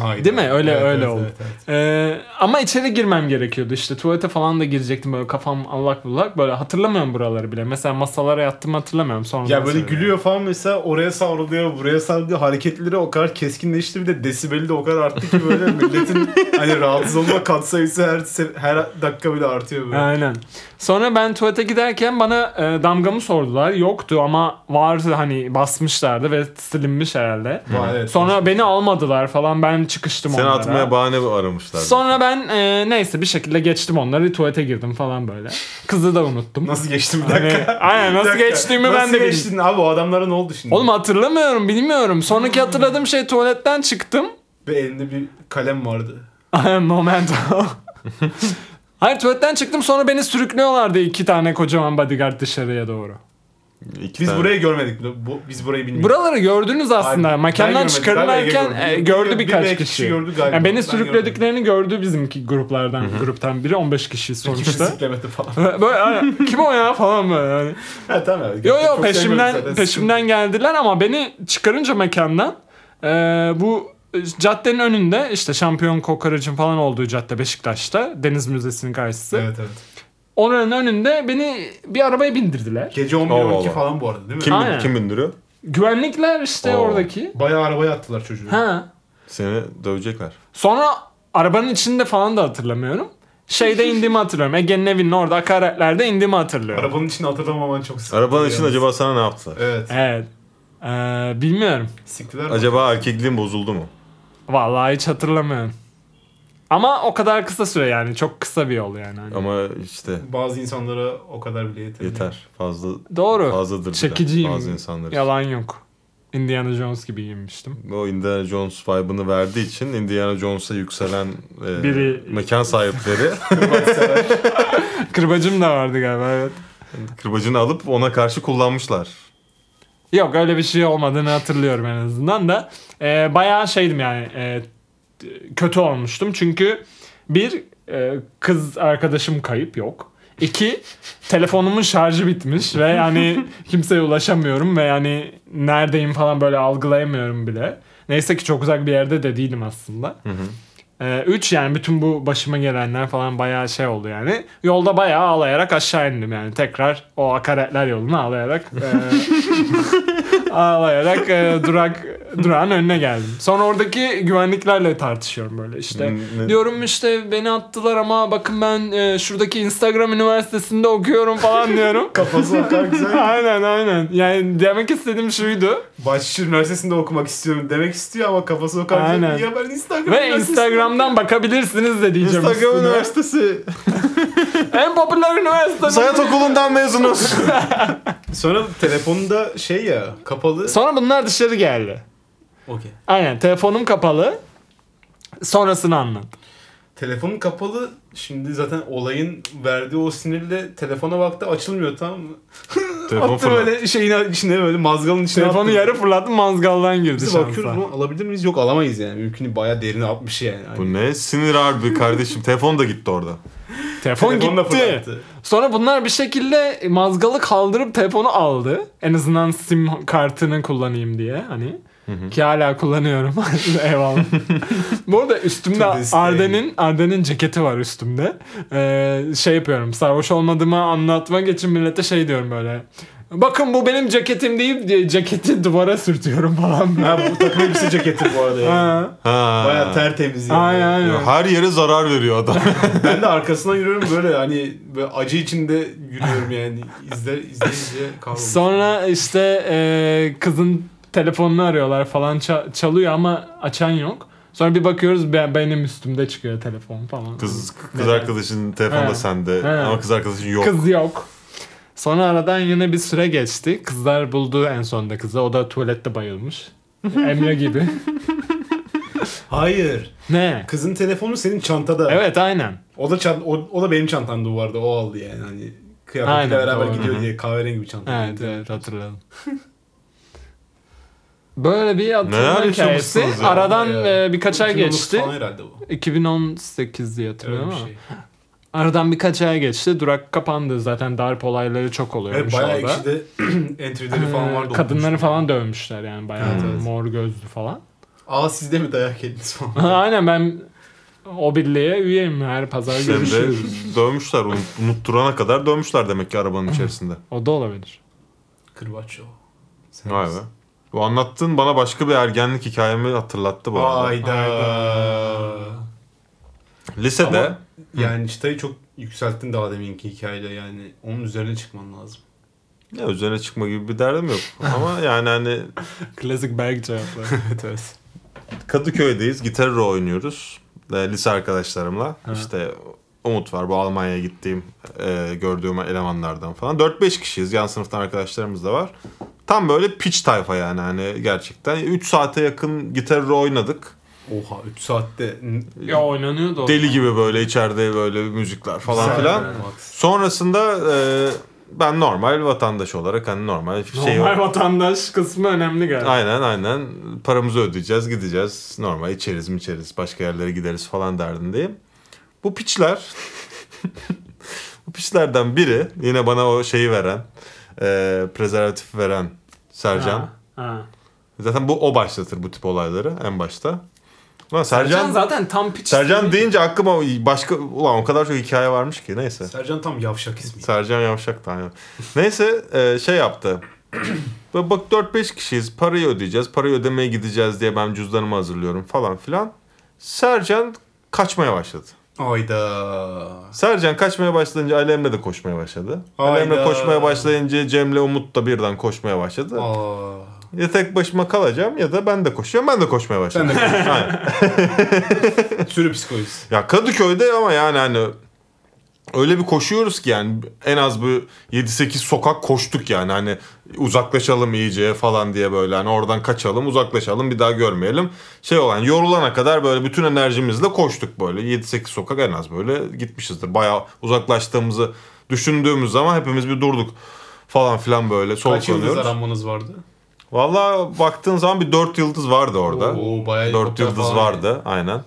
Speaker 3: Haydi.
Speaker 1: Değil mi? Öyle- öyle oldu.
Speaker 3: evet.
Speaker 1: Ee, ama içeri girmem gerekiyordu işte tuvalete falan da girecektim böyle kafam allak bullak böyle hatırlamıyorum buraları bile. Mesela masalara yattım hatırlamıyorum sonra.
Speaker 3: Ya böyle gülüyor falan mesela oraya savruluyor, buraya savruluyor. Hareketleri o kadar keskinleşti bir de desibeli de o kadar arttı ki böyle milletin hani rahatsız olma katsayısı her se- her dakika bile artıyor böyle.
Speaker 1: Aynen. Sonra ben tuvalete giderken bana e, damgamı sordular. Yoktu ama vardı hani basmışlardı ve silinmiş herhalde.
Speaker 3: Vay, evet.
Speaker 1: Sonra beni almadılar falan ben çıkıştım
Speaker 2: Seni
Speaker 1: onlara.
Speaker 2: atmaya bahane aramışlar.
Speaker 1: Sonra ben e, neyse bir şekilde geçtim onları tuvalete girdim falan böyle. Kızı da unuttum.
Speaker 3: nasıl geçtim bir dakika?
Speaker 1: Hani, aynen
Speaker 3: Bir
Speaker 1: nasıl
Speaker 3: dakika.
Speaker 1: geçtiğimi ben de
Speaker 3: Nasıl
Speaker 1: bilmiyorum.
Speaker 3: geçtin abi o adamlara ne oldu şimdi?
Speaker 1: Oğlum hatırlamıyorum bilmiyorum. Sonraki hatırladığım şey tuvaletten çıktım.
Speaker 3: Ve elinde bir kalem vardı.
Speaker 1: Momento. Hayır tuvaletten çıktım sonra beni sürüklüyorlardı iki tane kocaman bodyguard dışarıya doğru.
Speaker 2: İki
Speaker 3: Biz
Speaker 2: tane.
Speaker 3: burayı görmedik. Bu- Bu, biz burayı bilmiyoruz.
Speaker 1: Buraları gördünüz aslında.
Speaker 3: Hayır, ben
Speaker 1: Mekandan
Speaker 3: görmedim.
Speaker 1: çıkarılırken
Speaker 3: Ben Ege
Speaker 1: e,
Speaker 3: gördüm.
Speaker 1: gördü
Speaker 3: Bir-
Speaker 1: birkaç
Speaker 3: bir
Speaker 1: kişi.
Speaker 3: iki kişi gördü galiba.
Speaker 1: Yani beni
Speaker 3: Ben
Speaker 1: sürüklediklerini gördü bizimki gruplardan, gruptan biri 15 kişi
Speaker 3: Kimse
Speaker 1: sonuçta.
Speaker 3: siklemedi falan.
Speaker 1: böyle hani, kim o ya falan böyle. yani.
Speaker 3: ha tamam evet.
Speaker 1: Yo yo
Speaker 3: Çok sevmiyorum
Speaker 1: peşimden
Speaker 3: zaten.
Speaker 1: peşimden geldiler ama beni çıkarınca mekandan e, bu e, caddenin önünde işte şampiyon kokoreçin falan olduğu cadde Beşiktaş'ta Deniz Müzesi'nin karşısı.
Speaker 3: Evet evet.
Speaker 1: Onun önünde beni bir arabaya bindirdiler.
Speaker 3: Gece
Speaker 2: Allah
Speaker 3: 11-12
Speaker 2: Allah.
Speaker 3: falan bu arada değil mi?
Speaker 2: Kim,
Speaker 1: Aynen.
Speaker 2: kim bindiriyor?
Speaker 1: Güvenlikler işte
Speaker 2: Oo.
Speaker 1: oradaki.
Speaker 3: Bayağı arabaya attılar çocuğu.
Speaker 1: Ha.
Speaker 2: Seni dövecekler.
Speaker 1: Sonra arabanın içinde falan da hatırlamıyorum. Şeyde indiğimi hatırlıyorum. Ege'nin evinin orada akaretlerde indiğimi hatırlıyorum.
Speaker 3: Arabanın içini hatırlamaman çok sıkıntı.
Speaker 2: Arabanın
Speaker 3: yalnız.
Speaker 2: için acaba sana ne yaptılar?
Speaker 3: Evet.
Speaker 1: Evet. Ee, bilmiyorum.
Speaker 3: Siktiler mi?
Speaker 2: Acaba erkekliğin bozuldu mu?
Speaker 1: Vallahi hiç hatırlamıyorum. Ama o kadar kısa süre yani. Çok kısa bir yol yani. Hani.
Speaker 2: Ama işte
Speaker 3: Bazı insanlara o kadar bile yeter.
Speaker 2: yeter. Fazla
Speaker 1: Doğru.
Speaker 2: fazladır. bir de
Speaker 1: Çekiciyim.
Speaker 2: Bazı insanlar için.
Speaker 1: Yalan yok. Indiana Jones gibi giyinmiştim.
Speaker 2: O Indiana Jones vibe'ını verdiği için Indiana Jones'a yükselen e,
Speaker 1: Biri-
Speaker 2: mekan sahipleri
Speaker 1: Kırbacım da vardı galiba evet.
Speaker 2: kırbacını alıp ona karşı kullanmışlar.
Speaker 1: Yok öyle bir şey olmadığını hatırlıyorum en azından da. Ee, bayağı şeydim yani e, t- kötü olmuştum. Çünkü bir e, kız arkadaşım kayıp yok. İki telefonumun şarjı bitmiş ve yani kimseye ulaşamıyorum ve yani neredeyim falan böyle algılayamıyorum bile. Neyse ki çok uzak bir yerde de değilim aslında. Ee, üç yani bütün bu başıma gelenler falan bayağı şey oldu yani. Yolda bayağı ağlayarak aşağı indim yani. Tekrar o akaretler yolunu ağlayarak e, ağlayarak e, durak durağın önüne geldim. Sonra oradaki güvenliklerle tartışıyorum böyle işte.
Speaker 2: Ne-
Speaker 1: Diyorum işte beni attılar ama bakın ben e, şuradaki Instagram üniversitesinde okuyorum falan diyorum.
Speaker 3: Kafası o kadar güzel.
Speaker 1: aynen aynen. Yani demek istediğim şuydu.
Speaker 3: Bahçeşehir Üniversitesi'nde okumak istiyorum demek istiyor ama kafası o kadar
Speaker 1: Aynen.
Speaker 3: güzel. Ya ben Instagram
Speaker 1: Ve Instagram'dan bakabilirsiniz de diyeceğim.
Speaker 2: Instagram
Speaker 1: üstüne.
Speaker 2: Üniversitesi.
Speaker 1: En popüler üniversite.
Speaker 2: Sayat Okulu'ndan mezunuz.
Speaker 3: Sonra telefonunda şey ya kapalı.
Speaker 1: Sonra bunlar dışarı geldi.
Speaker 3: Okey.
Speaker 1: Aynen telefonum kapalı. Sonrasını anlat.
Speaker 3: Telefonun kapalı. Şimdi zaten olayın verdiği o sinirle telefona baktı açılmıyor tamam mı?
Speaker 2: Telefon
Speaker 3: attı
Speaker 2: fırlat.
Speaker 3: böyle şeyin içine böyle mazgalın içine
Speaker 1: Telefonu
Speaker 3: attı.
Speaker 1: yarı fırlattım mangaldan girdi
Speaker 3: Biz
Speaker 1: şansa.
Speaker 3: bakıyoruz bunu alabilir miyiz? Yok alamayız yani. Mümkün değil. Bayağı derine atmış yani. Hani
Speaker 2: Bu ne sinir harbi kardeşim. Telefon da gitti orada.
Speaker 1: Telefon
Speaker 3: Telefonla
Speaker 1: gitti.
Speaker 3: fırlattı.
Speaker 1: Sonra bunlar bir şekilde mazgalı kaldırıp telefonu aldı. En azından sim kartını kullanayım diye hani. Ki hala kullanıyorum. Eyvallah. Bu arada üstümde
Speaker 3: To this day.
Speaker 1: Arden'in Arden'in ceketi var üstümde. Ee, şey yapıyorum. Sarhoş olmadığımı anlatmak için millete şey diyorum böyle. Bakın bu benim ceketim deyip e, ceketi duvara sürtüyorum falan.
Speaker 3: Ha bu takım elbise ceketi bu arada yani.
Speaker 1: Ha.
Speaker 2: Ha.
Speaker 3: Bayağı tertemiz yani.
Speaker 1: Aynen aynen.
Speaker 2: Her yere zarar veriyor adam.
Speaker 3: Ben de arkasından yürüyorum böyle hani böyle acı içinde yürüyorum yani. İzle, izle, izle kahrolmuş.
Speaker 1: Sonra işte e, kızın telefonunu arıyorlar falan ça- çalıyor ama açan yok. Sonra bir bakıyoruz be- benim üstümde çıkıyor telefon falan.
Speaker 2: Kız, kız arkadaşın telefonu
Speaker 1: He.
Speaker 2: da sende.
Speaker 1: He.
Speaker 2: Ama kız arkadaşın yok.
Speaker 1: Kız yok. Sonra aradan yine bir süre geçti. Kızlar buldu en sonunda kızı. O da tuvalette bayılmış. Emre gibi.
Speaker 3: Hayır.
Speaker 1: ne?
Speaker 3: Kızın telefonu senin çantada.
Speaker 1: Evet aynen.
Speaker 3: O da çant o, o da benim çantamda bu arada. O aldı yani hani kıyafetle
Speaker 1: Aynen,
Speaker 3: beraber
Speaker 1: doğru.
Speaker 3: gidiyor diye kahverengi bir çanta.
Speaker 1: Evet evet hatırladım. Böyle bir
Speaker 2: Neler
Speaker 1: hatırlama
Speaker 2: yaşamışsınız
Speaker 1: hikayesi.
Speaker 2: ya?
Speaker 1: Aradan
Speaker 3: Ya.
Speaker 1: e, birkaç ay
Speaker 3: 2019
Speaker 1: geçti.
Speaker 3: Falan herhalde bu.
Speaker 1: 2018 diye
Speaker 3: Öyle
Speaker 1: hatırlıyorum
Speaker 3: bir
Speaker 1: ama.
Speaker 3: şey.
Speaker 1: Aradan birkaç ay geçti. Durak kapandı. Zaten darp olayları çok
Speaker 3: Evet
Speaker 1: oluyormuş
Speaker 3: bayağı
Speaker 1: orada.
Speaker 3: ekşide entry'leri falan
Speaker 1: Ee,
Speaker 3: vardı.
Speaker 1: Kadınları falan dövmüşler yani bayağı
Speaker 3: Evet, evet.
Speaker 1: mor gözlü falan.
Speaker 3: Aa siz de mi dayak yediniz falan.
Speaker 1: Aynen ben o birliğe üyeyim her pazar
Speaker 2: Seni Şey de
Speaker 1: görüşürüz.
Speaker 2: dövmüşler. unut- Unutturana kadar dövmüşler demek ki arabanın içerisinde.
Speaker 1: O da olabilir.
Speaker 3: Kırbaç o. Sen
Speaker 2: Vay be. Bu anlattığın bana başka bir ergenlik hikayemi hatırlattı bu arada.
Speaker 3: Hayda.
Speaker 2: Lisede
Speaker 3: Ama- Yani çıtayı çok yükselttin daha deminki hikayede yani. Onun üzerine çıkman lazım.
Speaker 2: ya üzerine çıkma gibi bir derdim yok. Ama yani hani
Speaker 1: Klasik belge cevapları.
Speaker 3: evet evet.
Speaker 2: Kadıköy'deyiz. Gitar Hero oynuyoruz. E, Lise arkadaşlarımla. İşte Umut var. Bu Almanya'ya gittiğim e, gördüğüm elemanlardan falan. 4-5 kişiyiz. Yan sınıftan arkadaşlarımız da var. Tam böyle piç tayfa yani hani gerçekten. 3 saate yakın Gitar Hero oynadık.
Speaker 3: Oha 3 saatte n-
Speaker 1: ya oynanıyordu o
Speaker 2: Deli
Speaker 1: zaman.
Speaker 2: gibi böyle içeride böyle müzikler falan
Speaker 3: Güzel
Speaker 2: filan.
Speaker 3: yani, Max.
Speaker 2: Sonrasında e, ben normal vatandaş olarak hani normal hiçbir şey
Speaker 1: Normal
Speaker 2: yok.
Speaker 1: vatandaş kısmı önemli galiba.
Speaker 2: Aynen aynen. Paramızı ödeyeceğiz, gideceğiz. Normal içeriz mi içeriz, başka yerlere gideriz falan derdindeyim. Bu piçler, bu piçlerden biri yine bana o şeyi veren, e, prezervatif veren Sercan.
Speaker 1: Ha, ha.
Speaker 2: Zaten bu o başlatır bu tip olayları en başta. Ulan
Speaker 1: Sercan,
Speaker 2: Sercan, Sercan,
Speaker 1: zaten tam piç.
Speaker 2: deyince aklıma o başka ulan o kadar çok hikaye varmış ki neyse.
Speaker 3: Sercan tam yavşak ismi.
Speaker 2: Sercan Yavşak da aynen. Neyse e, şey yaptı. Böyle Bak 4-5 kişiyiz parayı ödeyeceğiz parayı ödemeye gideceğiz diye ben cüzdanımı hazırlıyorum falan filan. Sercan kaçmaya başladı.
Speaker 3: Ayda.
Speaker 2: Sercan kaçmaya başlayınca Ali Emre de koşmaya başladı. Ali
Speaker 3: Hayda.
Speaker 2: Emre koşmaya başlayınca Cem'le Umut da birden koşmaya başladı.
Speaker 3: Aa.
Speaker 2: Ya tek başıma kalacağım ya da ben de koşuyorum ben de koşmaya başladım.
Speaker 3: Ben
Speaker 2: Aynen.
Speaker 3: Sürü psikolojisi.
Speaker 2: Ya Kadıköy'de ama yani hani öyle bir koşuyoruz ki yani en az bir 7-8 sokak koştuk yani hani uzaklaşalım iyice falan diye böyle hani oradan kaçalım uzaklaşalım bir daha görmeyelim. Şey olan yorulana kadar böyle bütün enerjimizle koştuk böyle 7-8 sokak en az böyle gitmişizdir. Bayağı uzaklaştığımızı düşündüğümüz zaman hepimiz bir durduk falan filan böyle
Speaker 3: Kaç yıldız
Speaker 2: soluklanıyoruz.
Speaker 3: aranmanız vardı?
Speaker 2: Valla baktığın zaman bir 4 yıldız vardı orada.
Speaker 3: Oo, bayağı
Speaker 2: Dört
Speaker 3: helikopter
Speaker 2: yıldız
Speaker 3: falan.
Speaker 2: vardı aynen.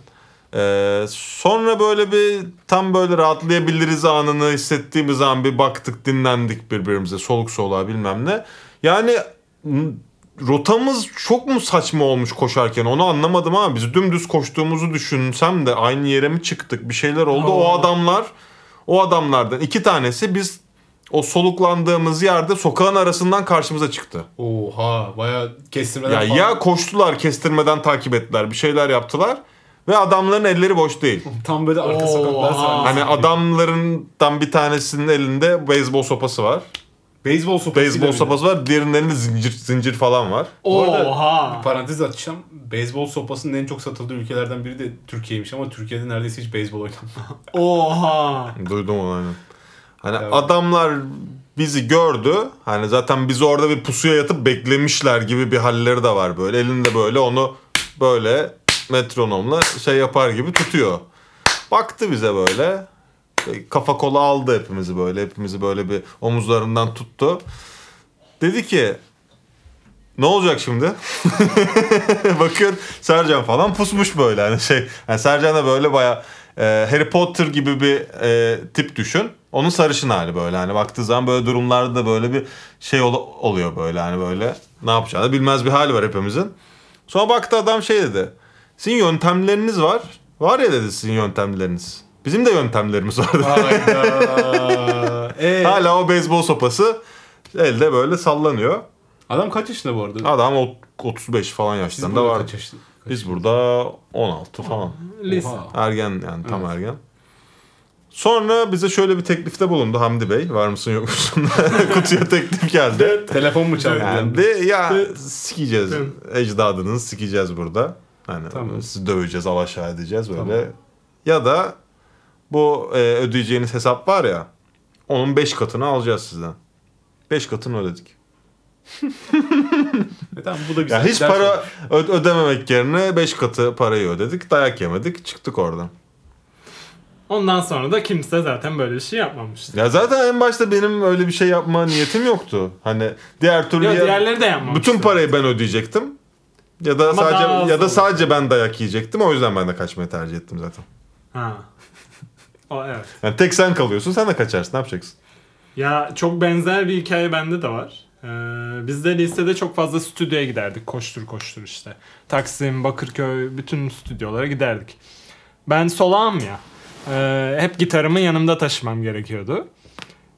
Speaker 2: Ee, sonra böyle bir tam böyle rahatlayabiliriz anını hissettiğimiz an bir baktık dinlendik birbirimize soluk soluğa bilmem ne. Yani n- rotamız çok mu saçma olmuş koşarken onu anlamadım ama biz dümdüz koştuğumuzu düşünsem de aynı yere mi çıktık bir şeyler oldu. O
Speaker 1: Oo.
Speaker 2: adamlar o adamlardan iki tanesi biz o soluklandığımız yerde sokağın arasından karşımıza çıktı.
Speaker 3: Oha bayağı kestirmeden
Speaker 2: Ya
Speaker 3: falan.
Speaker 2: ya koştular kestirmeden takip ettiler bir şeyler yaptılar ve adamların elleri boş değil.
Speaker 3: Tam böyle arka
Speaker 1: Oo,
Speaker 3: sokaklar
Speaker 1: aa.
Speaker 3: sahnesi.
Speaker 2: Hani adamlarından bir tanesinin elinde beyzbol sopası var.
Speaker 3: Beyzbol sopası.
Speaker 2: Beyzbol sopası var. Diğerinin elinde zincir, zincir falan var.
Speaker 3: Bu arada-
Speaker 1: Oha.
Speaker 3: Parantez açacağım. Beyzbol sopasının en çok satıldığı ülkelerden biri de Türkiye'ymiş ama Türkiye'de neredeyse hiç beyzbol oynanmıyor.
Speaker 1: Oha.
Speaker 2: Duydum onu aynen. Hani
Speaker 3: Evet.
Speaker 2: adamlar bizi gördü. Hani zaten bizi orada bir pusuya yatıp beklemişler gibi bir halleri de var böyle. Elinde böyle onu böyle metronomla şey yapar gibi tutuyor. Baktı bize böyle. Şey, Kafa kola aldı hepimizi böyle. Hepimizi böyle bir omuzlarından tuttu. Dedi ki ne olacak şimdi? Bakıyor Sercan falan pusmuş böyle hani şey. Yani Sercan da böyle baya e, Harry Potter gibi bir e, tip düşün. Onun sarışın hali böyle hani baktığı zaman böyle durumlarda da böyle bir şey ol- oluyor böyle hani böyle ne yapacağını bilmez bir hali var hepimizin. Sonra baktı adam şey dedi. Sizin yöntemleriniz var. Var ya dedi sizin yöntemleriniz. Bizim de yöntemlerimiz vardı.
Speaker 3: Hayda. Ee,
Speaker 2: Hala o beyzbol sopası elde böyle sallanıyor.
Speaker 3: Adam kaç yaşında bu arada?
Speaker 2: Adam o 35 falan
Speaker 3: Siz
Speaker 2: yaşlarında
Speaker 3: burada
Speaker 2: var.
Speaker 3: kaç yaşında? Kaç-
Speaker 2: Biz burada 16 falan.
Speaker 1: Lise.
Speaker 3: Oha.
Speaker 2: Ergen yani tam ergen. Sonra bize şöyle bir teklifte bulundu Hamdi Bey. Var mısın yok musun? Kutuya teklif geldi.
Speaker 3: Telefon mu çaldı?
Speaker 2: Yani
Speaker 3: Yani?
Speaker 2: de ya sikeceğiz.
Speaker 1: Tamam.
Speaker 2: Ecdadınızı sikeceğiz burada. Hani
Speaker 3: Tamam.
Speaker 2: sizi döveceğiz, alaşağı edeceğiz böyle.
Speaker 3: Tamam.
Speaker 2: Ya da bu e, ödeyeceğiniz hesap var ya onun 5 katını alacağız sizden. 5 katını ödedik.
Speaker 3: E tamam bu da güzel.
Speaker 2: Ya hiç
Speaker 3: Ders
Speaker 2: para
Speaker 3: olmuş.
Speaker 2: ö- ödememek yerine 5 katı parayı ödedik. Dayak yemedik. Çıktık oradan.
Speaker 1: Ondan sonra da kimse zaten böyle bir şey yapmamıştı.
Speaker 2: Ya zaten en başta benim öyle bir şey yapma niyetim yoktu. Hani diğer türlü
Speaker 1: Ya
Speaker 2: ya-
Speaker 1: diğerleri de yapmamıştı.
Speaker 2: bütün parayı ben ödeyecektim. Ya da
Speaker 1: Ama daha az
Speaker 2: sadece ya da
Speaker 1: oldu.
Speaker 2: sadece ben dayak yiyecektim. O yüzden ben de kaçmayı tercih ettim zaten.
Speaker 1: Ha. O evet.
Speaker 2: Yani tek sen kalıyorsun. Sen de kaçarsın. Ne yapacaksın?
Speaker 1: Ya çok benzer bir hikaye bende de var. Ee, biz de lisede çok fazla stüdyoya giderdik. Koştur koştur işte. Taksim, Bakırköy bütün stüdyolara giderdik. Ben solağım ya. Ee, hep gitarımı yanımda taşımam gerekiyordu.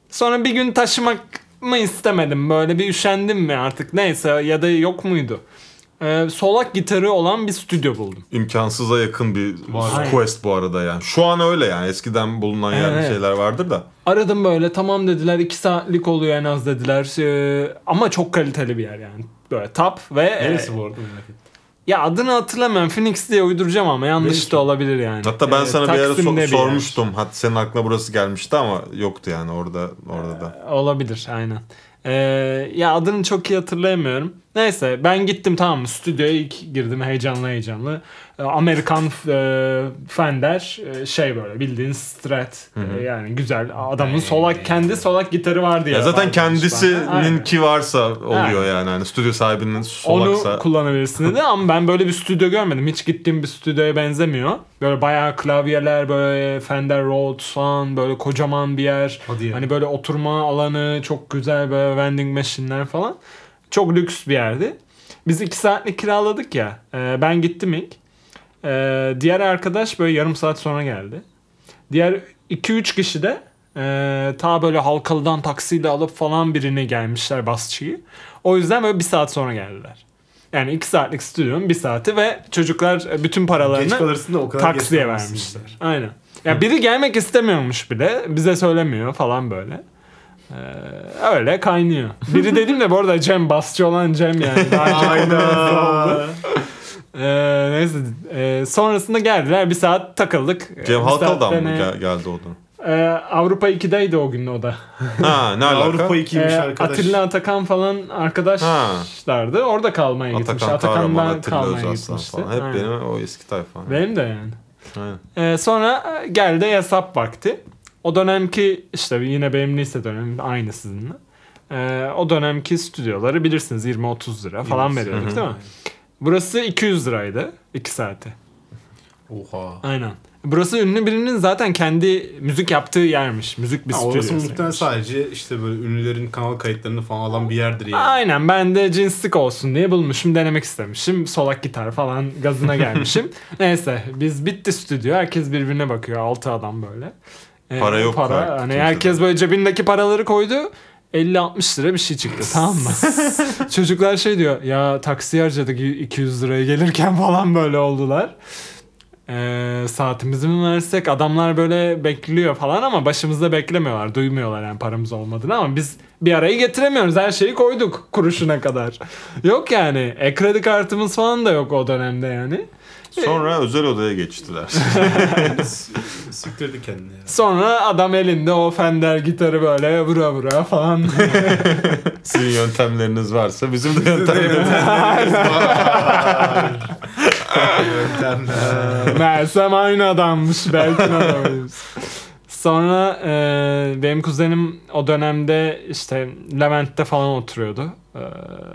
Speaker 1: Sonra bir gün taşımak mı istemedim böyle bir üşendim mi artık neyse ya da yok muydu. Ee, solak gitarı olan bir stüdyo buldum.
Speaker 2: İmkansıza yakın bir
Speaker 1: Vay.
Speaker 2: quest bu arada yani. Şu an öyle yani. Eskiden bulunan yer
Speaker 1: Evet.
Speaker 2: şeyler vardır da.
Speaker 1: Aradım böyle tamam dediler 2 saatlik oluyor en az dediler Ee, ama çok kaliteli bir yer yani. Böyle tap ve e,
Speaker 3: Neresi bu arada? merak ettim.
Speaker 1: Ya adını hatırlamıyorum. Phoenix diye uyduracağım ama yanlış
Speaker 3: Belki.
Speaker 1: da olabilir yani.
Speaker 2: Hatta ben
Speaker 1: Ee,
Speaker 2: sana bir ara so-
Speaker 1: Taksim'de yer.
Speaker 2: sormuştum. Hatta senin aklına burası gelmişti ama yoktu yani orada orada da.
Speaker 1: Olabilir aynen. Ee, ya adını çok iyi hatırlayamıyorum. Neyse ben gittim tamam mı stüdyoya ilk girdim heyecanlı heyecanlı. Ee, Amerikan e, Fender e, şey böyle bildiğin Strat E, yani güzel adamın solak kendi solak gitarı vardı ya.
Speaker 2: Ya zaten
Speaker 1: Varmış bana. Aynen.
Speaker 2: kendisinin ki varsa oluyor
Speaker 1: Aynen.
Speaker 2: yani. Hani stüdyo sahibinin
Speaker 1: Onu
Speaker 2: solaksa.
Speaker 1: kullanabilirsin dedi ama ben böyle bir stüdyo görmedim. Hiç gittiğim bir stüdyoya benzemiyor. Böyle bayağı klavyeler böyle Fender Rhodes falan böyle kocaman bir yer.
Speaker 3: Hadi ya.
Speaker 1: Hani böyle oturma alanı çok güzel böyle vending machine'ler falan. Çok lüks bir yerdi. Biz iki saatlik kiraladık ya. Ee, ben gittim ilk. Ee, diğer arkadaş böyle yarım saat sonra geldi. Diğer 2-3 kişi de e, ta böyle Halkalı'dan taksiyle alıp falan birine gelmişler basçıyı. O yüzden böyle bir saat sonra geldiler. Yani 2 saatlik stüdyonun bir saati ve çocuklar e, bütün
Speaker 3: Geç
Speaker 1: paralarını
Speaker 3: kalırsın da o kadar geç
Speaker 1: taksiye
Speaker 3: kalmazsın yani.
Speaker 1: vermişler. Aynen. Ya biri gelmek istemiyormuş bile. Bize söylemiyor falan böyle. Ee, öyle kaynıyor. Biri dedim de bu arada Cem basçı olan Cem yani. Daha önce
Speaker 3: Hayda.
Speaker 1: ee, neyse. Ee, sonrasında geldiler. Bir saat takıldık. Ee,
Speaker 2: Cem
Speaker 1: bir
Speaker 2: Halkal'dan
Speaker 1: saatte
Speaker 2: mı
Speaker 1: ne-
Speaker 2: gel- geldi odan?
Speaker 1: Ee, Avrupa 2'deydi o gün o da.
Speaker 2: Ha ne alaka?
Speaker 3: Avrupa 2'ymiş
Speaker 1: Ee,
Speaker 3: arkadaş.
Speaker 1: Atilla Atakan falan arkadaşlardı. Orada kalmaya gitmiş.
Speaker 2: Atakan
Speaker 1: Atakan'dan
Speaker 2: Kahraman, Atilla
Speaker 1: kalmaya
Speaker 2: Özaslan
Speaker 1: gitmişti.
Speaker 2: falan. Hep
Speaker 1: Aynen.
Speaker 2: benim o eski tayfa.
Speaker 1: Benim de yani.
Speaker 2: Aynen.
Speaker 1: Ee, sonra geldi hesap vakti. O dönemki işte yine benim lise dönemim aynı sizinle. Ee, o dönemki stüdyoları bilirsiniz 20-30 lira falan
Speaker 3: 20-30,
Speaker 1: veriyorduk değil mi? Burası 200 liraydı 2 saati.
Speaker 3: Oha.
Speaker 1: Aynen. Burası ünlü birinin zaten kendi müzik yaptığı yermiş. Müzik bir
Speaker 3: Ha,
Speaker 1: stüdyosu.
Speaker 3: orası muhtemelen sadece işte böyle ünlülerin kanal kayıtlarını falan alan bir yerdir yani.
Speaker 1: Aynen ben de cinslik olsun diye bulmuşum denemek istemişim. Solak gitar falan gazına gelmişim. Neyse biz bitti stüdyo herkes birbirine bakıyor altı adam böyle. Ee,
Speaker 2: Para yok
Speaker 1: Para,
Speaker 2: artık
Speaker 1: hani
Speaker 2: kimsede.
Speaker 1: herkes böyle cebindeki paraları koydu. 50-60 lira bir şey çıktı tamam mı? Çocuklar şey diyor ya taksi harcadık 200 liraya gelirken falan böyle oldular. Ee, saatimizi mi versek adamlar böyle bekliyor falan ama başımızda beklemiyorlar duymuyorlar yani paramız olmadığını ama biz bir araya getiremiyoruz her şeyi koyduk kuruşuna kadar yok yani e kredi kartımız falan da yok o dönemde yani
Speaker 2: Sonra özel odaya geçtiler.
Speaker 3: S- Siktirdi kendini ya.
Speaker 1: sonra adam elinde o Fender gitarı böyle vura vura falan
Speaker 2: Sizin yöntemleriniz varsa bizim de yöntemlerimiz.
Speaker 3: Yöntemler.
Speaker 1: Mersem aynı adammış belki adamıymış. Sonra e, benim kuzenim o dönemde işte Levent'te falan oturuyordu. E,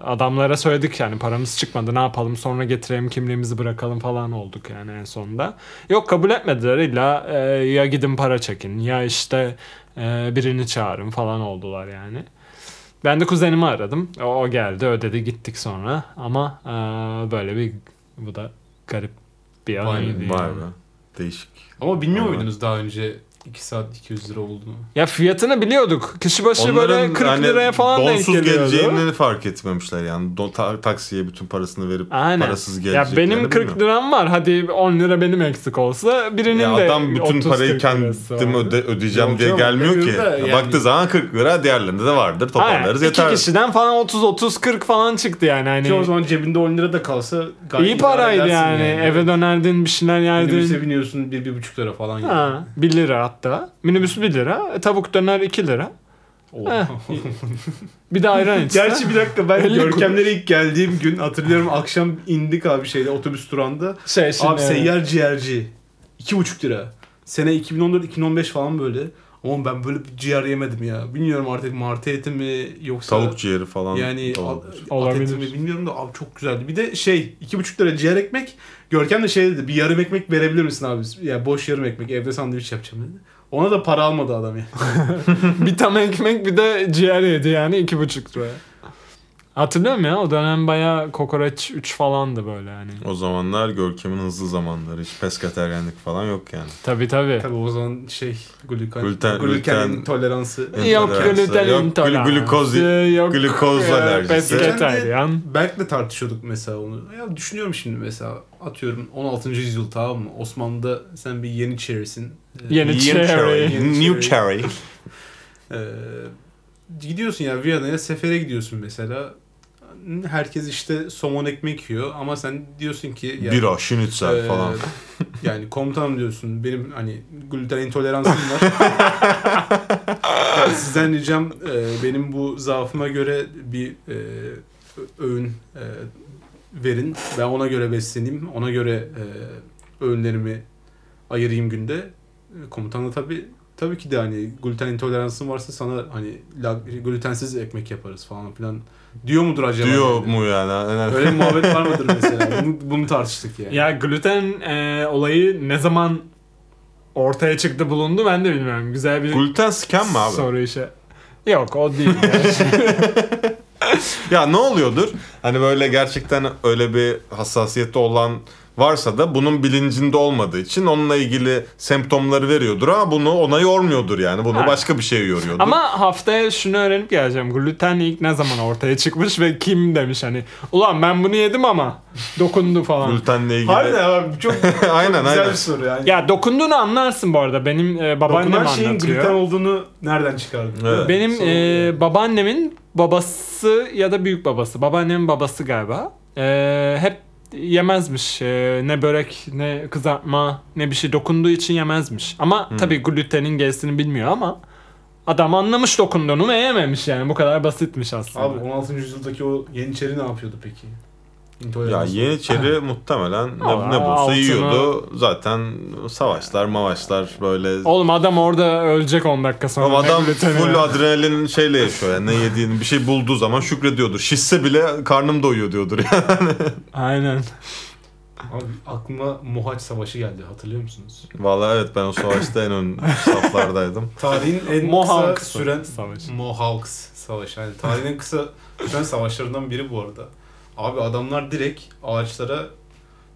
Speaker 1: adamlara söyledik yani paramız çıkmadı ne yapalım sonra getirelim kimliğimizi bırakalım falan olduk yani en sonunda. Yok kabul etmediler illa e, ya gidin para çekin ya işte e, birini çağırın falan oldular yani. Ben de kuzenimi aradım. O, o geldi ödedi gittik sonra ama e, böyle bir bu da garip bir
Speaker 3: Vay be,
Speaker 1: anıydı. yani.
Speaker 2: Vay be. Değişik.
Speaker 3: Ama bilmiyor
Speaker 2: Ama-
Speaker 3: muydunuz daha önce 2 saat 200 lira olduğunu?
Speaker 1: Ya fiyatını biliyorduk. Kişi başı böyle 40
Speaker 2: hani
Speaker 1: liraya falan denk
Speaker 2: donsuz
Speaker 1: geliyordu.
Speaker 2: geleceğini fark etmemişler yani. Do- ta- taksiye bütün parasını verip
Speaker 1: Aynen.
Speaker 2: parasız
Speaker 1: Ya
Speaker 2: geleceklerini
Speaker 1: benim 40 liram var. Hadi 10 lira benim eksik olsa birinin
Speaker 2: Ya
Speaker 1: de
Speaker 2: adam bütün
Speaker 1: 30-40
Speaker 2: parayı
Speaker 1: lirası
Speaker 2: kendim
Speaker 1: var.
Speaker 2: öde- ödeyeceğim
Speaker 3: Yok
Speaker 2: diye
Speaker 3: canım,
Speaker 2: gelmiyor ki.
Speaker 3: ödemiyor da yani-
Speaker 2: Baktığı zaman 40 lira diğerlerinde de vardır
Speaker 1: Aynen.
Speaker 2: toparlarız
Speaker 1: İki
Speaker 2: yeter.
Speaker 1: kişiden falan 30-30-40 falan çıktı yani. Hani
Speaker 3: Ki o zaman cebinde 10 lira da kalsa gayet
Speaker 1: iyi
Speaker 3: idare
Speaker 1: paraydı
Speaker 3: edersin
Speaker 1: yani. Eve dönerdin bir şeyler
Speaker 3: Minibüse
Speaker 1: yerdin.
Speaker 3: biniyorsun 1-1,5 lira falan.
Speaker 1: Ha, 1 lira hatta. Minibüs 1 lira. e, Tavuk döner 2 lira.
Speaker 3: Oha.
Speaker 1: Bir de ayran içse.
Speaker 3: Gerçi bir dakika ben
Speaker 1: Elli
Speaker 3: Görkemlere ilk geldiğim gün hatırlıyorum akşam indik abi şeyde otobüs durağında.
Speaker 1: şey, şimdi,
Speaker 3: Abi seyyar ciğerci. 2,5 lira. Sene 2014-2015 falan böyle. Ama ben böyle bir ciğer yemedim ya. Bilmiyorum artık martı eti mi yoksa...
Speaker 2: Tavuk ciğeri falan.
Speaker 3: Yani
Speaker 2: olabilir.
Speaker 1: Olabilir.
Speaker 3: olabilir. mi bilmiyorum da abi çok güzeldi. Bir de şey iki buçuk lira ciğer ekmek. Görkem de şey dedi bir yarım ekmek verebilir misin abi? Ya boş yarım ekmek evde sandviç yapacağım dedi. Ona da para almadı adam ya.
Speaker 1: bir tam ekmek bir de ciğer yedi yani 2,5 lira. Hatırlıyorum ya o dönem bayağı kokoreç 3 falandı böyle hani.
Speaker 2: O zamanlar Görkem'in hızlı zamanları. Hiç pes katergenlik falan yok yani.
Speaker 1: Tabii tabii.
Speaker 3: Tabii o zaman şey glükan,
Speaker 2: Gluten-
Speaker 3: glükenin
Speaker 2: gluten-
Speaker 3: toleransı.
Speaker 1: Yok gluten
Speaker 2: Yok,
Speaker 1: intoleransı,
Speaker 2: glukoz-
Speaker 1: yok,
Speaker 2: glukoz
Speaker 1: e,
Speaker 2: alerjisi.
Speaker 1: pesketeryan.
Speaker 3: Berk'le tartışıyorduk mesela onu. Ya düşünüyorum şimdi mesela atıyorum 16. yüzyıl tamam mı? Osmanlı'da sen bir Yeniçerisin. Ee,
Speaker 1: Yeni-
Speaker 2: New
Speaker 1: Cherry.
Speaker 2: Cherry.
Speaker 3: New
Speaker 2: New Cherry.
Speaker 3: Ee, gidiyorsun ya Viyana'ya sefere gidiyorsun mesela. Herkes işte somon ekmek yiyor ama sen diyorsun ki ya,
Speaker 2: Bira, şinitzel
Speaker 3: Ee,
Speaker 2: falan.
Speaker 3: Yani komutanım diyorsun benim hani gluten intoleransım var. Yani sizden ricam e, benim bu zaafıma göre bir e, ö- öğün e, verin. Ben ona göre besleneyim. Ona göre e, öğünlerimi ayırayım günde. E, Komutan da tabii tabii ki de hani gluten intoleransın varsa sana hani la- glutensiz ekmek yaparız falan filan diyor mudur acaba?
Speaker 2: Diyor
Speaker 3: yani?
Speaker 2: mu yani?
Speaker 3: Öyle bir muhabbet var mıdır mesela? Bunu, bunu tartıştık yani.
Speaker 1: Ya gluten e, olayı ne zaman ortaya çıktı bulundu ben de bilmiyorum. Güzel bir
Speaker 2: Gluten scam mı abi?
Speaker 1: soru işi. Yok o değil. ya.
Speaker 2: Ya ne oluyordur? Hani böyle gerçekten öyle bir hassasiyeti olan varsa da bunun bilincinde olmadığı için onunla ilgili semptomları veriyordur ama bunu ona yormuyordur yani. Bunu
Speaker 1: Ha.
Speaker 2: başka bir şeye yoruyordur.
Speaker 1: Ama haftaya şunu öğrenip geleceğim. Gluten ilk ne zaman ortaya çıkmış ve kim demiş hani. Ulan ben bunu yedim ama dokundu falan.
Speaker 2: Glutenle ilgili.
Speaker 3: Harbiden abi çok
Speaker 2: aynen
Speaker 3: güzel
Speaker 2: aynen.
Speaker 3: bir soru yani.
Speaker 1: ya dokunduğunu anlarsın bu arada. Benim e,
Speaker 3: Dokunan
Speaker 1: babaannem
Speaker 3: şeyin
Speaker 1: anlatıyor.
Speaker 3: gluten olduğunu nereden çıkardın?
Speaker 2: Evet.
Speaker 1: Benim
Speaker 3: Sonra-
Speaker 1: e, babaannemin babası ya da büyük babası. Babaannemin babası galiba. E, hep yemezmiş. E, ne börek, ne kızartma, ne bir şey dokunduğu için yemezmiş. Ama
Speaker 3: Hmm.
Speaker 1: tabii glutenin gerisini bilmiyor ama adam anlamış dokunduğunu ve yememiş yani. Bu kadar basitmiş aslında.
Speaker 3: Abi 16. yüzyıldaki o Yeniçeri ne yapıyordu peki?
Speaker 2: Ya
Speaker 3: İntolerans.
Speaker 2: Yeniçeri muhtemelen
Speaker 1: Aa,
Speaker 2: ne, ne bulsa
Speaker 1: altına-
Speaker 2: yiyordu. Zaten savaşlar mavaşlar böyle.
Speaker 1: Oğlum adam orada ölecek 10 dakika sonra.
Speaker 2: Ama
Speaker 1: Ne
Speaker 2: adam
Speaker 1: gluteni
Speaker 2: full
Speaker 1: ya?
Speaker 2: adrenalin şeyle yaşıyor yani ne yediğini bir şey bulduğu zaman şükrediyordur. Şişse bile karnım doyuyor diyordur yani.
Speaker 1: Aynen.
Speaker 3: Abi aklıma Mohaç Savaşı geldi hatırlıyor musunuz?
Speaker 2: Vallahi evet ben o savaşta en ön saflardaydım.
Speaker 3: Tarihin en
Speaker 1: Mohawk
Speaker 3: kısa süren
Speaker 1: savaşı.
Speaker 3: Mohawks Savaşı. Yani tarihin en kısa süren savaşlarından biri bu arada. Abi adamlar direkt ağaçlara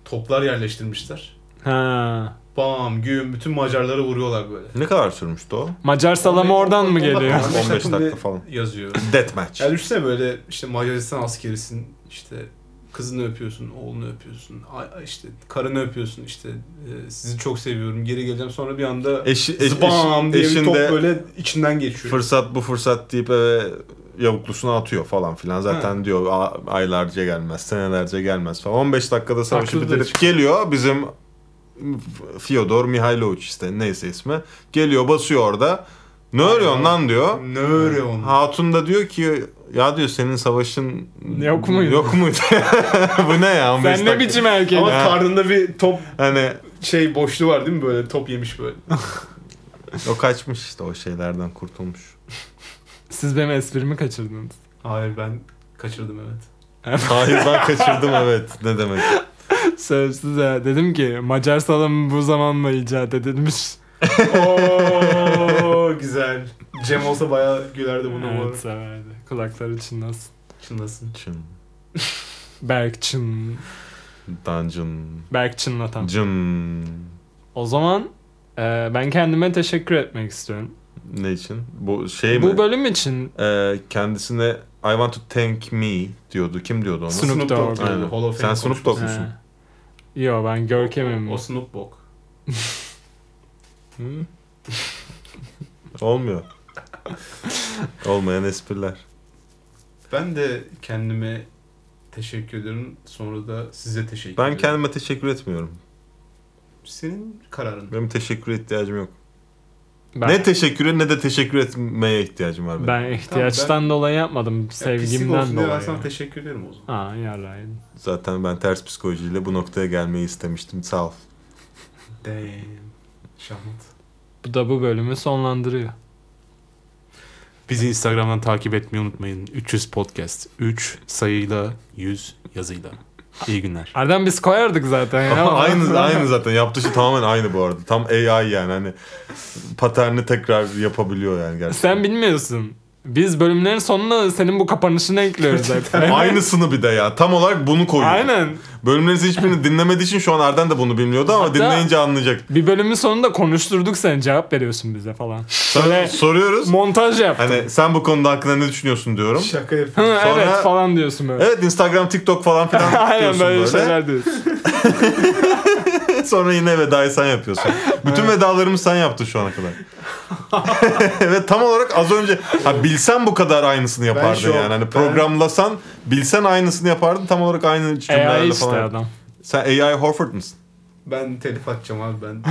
Speaker 3: toplar yerleştirmişler.
Speaker 1: Ha.
Speaker 3: Bam güm bütün Macarları vuruyorlar böyle.
Speaker 2: Ne kadar sürmüştü o?
Speaker 1: Macar salamı oradan mı geliyor?
Speaker 2: 15 dakika
Speaker 3: diye
Speaker 2: falan.
Speaker 3: Yazıyor.
Speaker 2: Deathmatch.
Speaker 3: Yani düşünsene böyle işte Macaristan askerisin işte kızını öpüyorsun, oğlunu öpüyorsun, a- işte karını öpüyorsun işte e, sizi çok seviyorum geri geleceğim sonra bir anda
Speaker 2: Eşi, eş,
Speaker 3: zbam
Speaker 2: E, eş-
Speaker 3: diye bir top
Speaker 2: eşinde
Speaker 3: böyle içinden geçiyor.
Speaker 2: fırsat bu fırsat deyip eve yavuklusunu atıyor falan filan. Zaten diyor "A- aylarca gelmez, senelerce gelmez falan. 15 dakikada savaşı
Speaker 1: Haklı da
Speaker 2: bitirip geliyor bizim Fyodor Mihailovic işte neyse ismi. Geliyor basıyor orada. Ne örüyorsun lan diyor. Ee,
Speaker 3: ne öyle onu?
Speaker 2: Hatun da diyor ki ya diyor senin savaşın
Speaker 1: Yok muydu?"
Speaker 2: Yok muydu? bu ne ya? 15
Speaker 1: Sen ne
Speaker 2: dakika.
Speaker 1: biçim erkeğin?
Speaker 3: Ama
Speaker 2: Ha.
Speaker 3: karnında bir top
Speaker 2: Hani
Speaker 3: şey boşluğu var değil mi böyle top yemiş böyle.
Speaker 2: o kaçmış işte o şeylerden kurtulmuş.
Speaker 1: Siz benim esprimi kaçırdınız.
Speaker 3: Hayır ben kaçırdım evet.
Speaker 2: Hayır ben kaçırdım evet. Ne demek?
Speaker 1: Sözsüz ya. Dedim ki Macar salamı bu zamanla icat edilmiş.
Speaker 3: Oo güzel. Cem olsa bayağı gülerdi buna bu
Speaker 1: evet
Speaker 3: arada.
Speaker 1: severdi. Kulakları çınlasın.
Speaker 3: Çınlasın.
Speaker 2: Çın.
Speaker 1: Berk çın.
Speaker 2: Dungeon.
Speaker 1: Berk çınlatan.
Speaker 2: Cın.
Speaker 1: O zaman e, ben kendime teşekkür etmek istiyorum.
Speaker 2: Ne için? Bu şey
Speaker 1: bu
Speaker 2: mi?
Speaker 1: bölüm için
Speaker 2: Ee, kendisine I want to thank me diyordu. Kim diyordu onu?
Speaker 1: Snoop Dogg.
Speaker 3: diyordu,
Speaker 2: Aynen.
Speaker 3: Hall of
Speaker 2: Sen
Speaker 3: Fame
Speaker 2: Snoop
Speaker 3: konuşması.
Speaker 2: Dogg musun?
Speaker 1: He. e, Yo ben Görkem'im.
Speaker 3: O Snoop Dogg.
Speaker 2: Hı? Olmuyor. Olmayan espriler.
Speaker 3: Ben de kendime teşekkür ediyorum. Sonra da size teşekkür
Speaker 2: Ben
Speaker 3: ediyorum.
Speaker 2: kendime teşekkür etmiyorum.
Speaker 3: Senin kararın.
Speaker 2: Benim teşekküre ihtiyacım yok.
Speaker 1: Ben,
Speaker 2: Ne teşekküre ne de teşekkür etmeye ihtiyacım var benim.
Speaker 1: ben ihtiyaçtan dolayı yapmadım.
Speaker 3: Ya pislik olsun
Speaker 1: sevgimden
Speaker 3: diye Ben
Speaker 1: dolayı.
Speaker 3: sana teşekkür ederim o zaman.
Speaker 1: Aa yarayın.
Speaker 2: Zaten ben ters psikolojiyle bu noktaya gelmeyi istemiştim. Sağ ol.
Speaker 3: Damn. Şahmat.
Speaker 1: Bu da bu bölümü sonlandırıyor.
Speaker 4: Bizi Instagram'dan takip etmeyi unutmayın. 300 podcast. 3 sayıyla 100 yazıyla. İyi günler.
Speaker 1: Erdem biz koyardık zaten ya.
Speaker 2: aynı aynı zaten. Yaptığı şey tamamen aynı bu arada. Tam AI yani. Hani paterni tekrar yapabiliyor yani gerçekten.
Speaker 1: Sen bilmiyorsun. Biz bölümlerin sonuna senin bu kapanışını ekliyoruz hep.
Speaker 2: Aynısını bir de ya. Tam olarak bunu koyuyor.
Speaker 1: Aynen.
Speaker 2: Bölümlerinizin hiçbirini dinlemediği için şu an Erden de bunu bilmiyordu ama
Speaker 1: Hatta-
Speaker 2: dinleyince anlayacak.
Speaker 1: Bir bölümün sonunda konuşturduk seni cevap veriyorsun bize falan.
Speaker 2: Sana soruyoruz.
Speaker 1: Montaj yaptın.
Speaker 2: Hani sen bu konuda hakkında ne düşünüyorsun diyorum.
Speaker 3: Şaka yapıyorum.
Speaker 1: Hı,
Speaker 2: sonra-
Speaker 1: Evet falan diyorsun böyle.
Speaker 2: Evet Instagram, TikTok falan filan
Speaker 1: Aynen
Speaker 2: diyorsun
Speaker 1: böyle,
Speaker 2: böyle.
Speaker 1: şeyler diyorsun.
Speaker 2: Sonra yine vedayı sen yapıyorsun. Bütün vedalarımı sen yaptın şu ana kadar. Ve tam olarak az önce ha bilsen bu kadar aynısını yapardın
Speaker 3: şok,
Speaker 2: yani. Hani
Speaker 3: ben-
Speaker 2: programlasan bilsen aynısını yapardın. Tam olarak aynı
Speaker 1: AI
Speaker 2: cümlelerle
Speaker 1: işte
Speaker 2: falan.
Speaker 1: adam.
Speaker 2: Sen AI Horford mısın?
Speaker 3: Ben telif atacağım abi ben.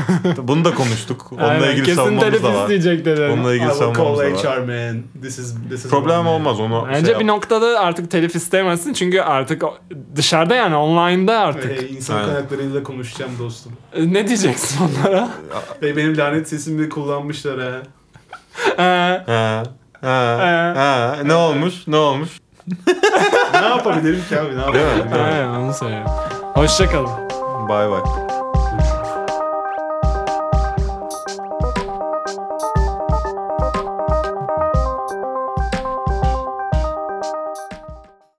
Speaker 2: Bunu da konuştuk. Onunla
Speaker 1: Aynen,
Speaker 2: ilgili
Speaker 1: kesin
Speaker 2: savunmamız
Speaker 1: telif
Speaker 2: da var.
Speaker 1: isteyecek dedi.
Speaker 2: Onunla
Speaker 3: I
Speaker 2: ilgili
Speaker 3: will
Speaker 2: savunmamız
Speaker 3: call
Speaker 2: da var.
Speaker 3: HR man. This is this is
Speaker 2: Problem olmaz onu. şey
Speaker 1: Bence
Speaker 2: yap.
Speaker 1: bir noktada artık telif isteyemezsin çünkü artık o- dışarıda yani online'da artık.
Speaker 3: Hey, insan
Speaker 2: Aynen.
Speaker 3: kaynaklarıyla konuşacağım dostum.
Speaker 1: E, Ne diyeceksin onlara?
Speaker 3: Hey, benim lanet sesimi kullanmışlar ha.
Speaker 1: Ee,
Speaker 2: Ha, ha,
Speaker 1: Ee.
Speaker 2: ha. Ne olmuş? Ne olmuş?
Speaker 3: ne yapabilirim ki abi ne
Speaker 2: Değil mi?
Speaker 3: yapabilirim?
Speaker 1: aynen onu söylüyorum. Hoşçakalın.
Speaker 2: Bay bay.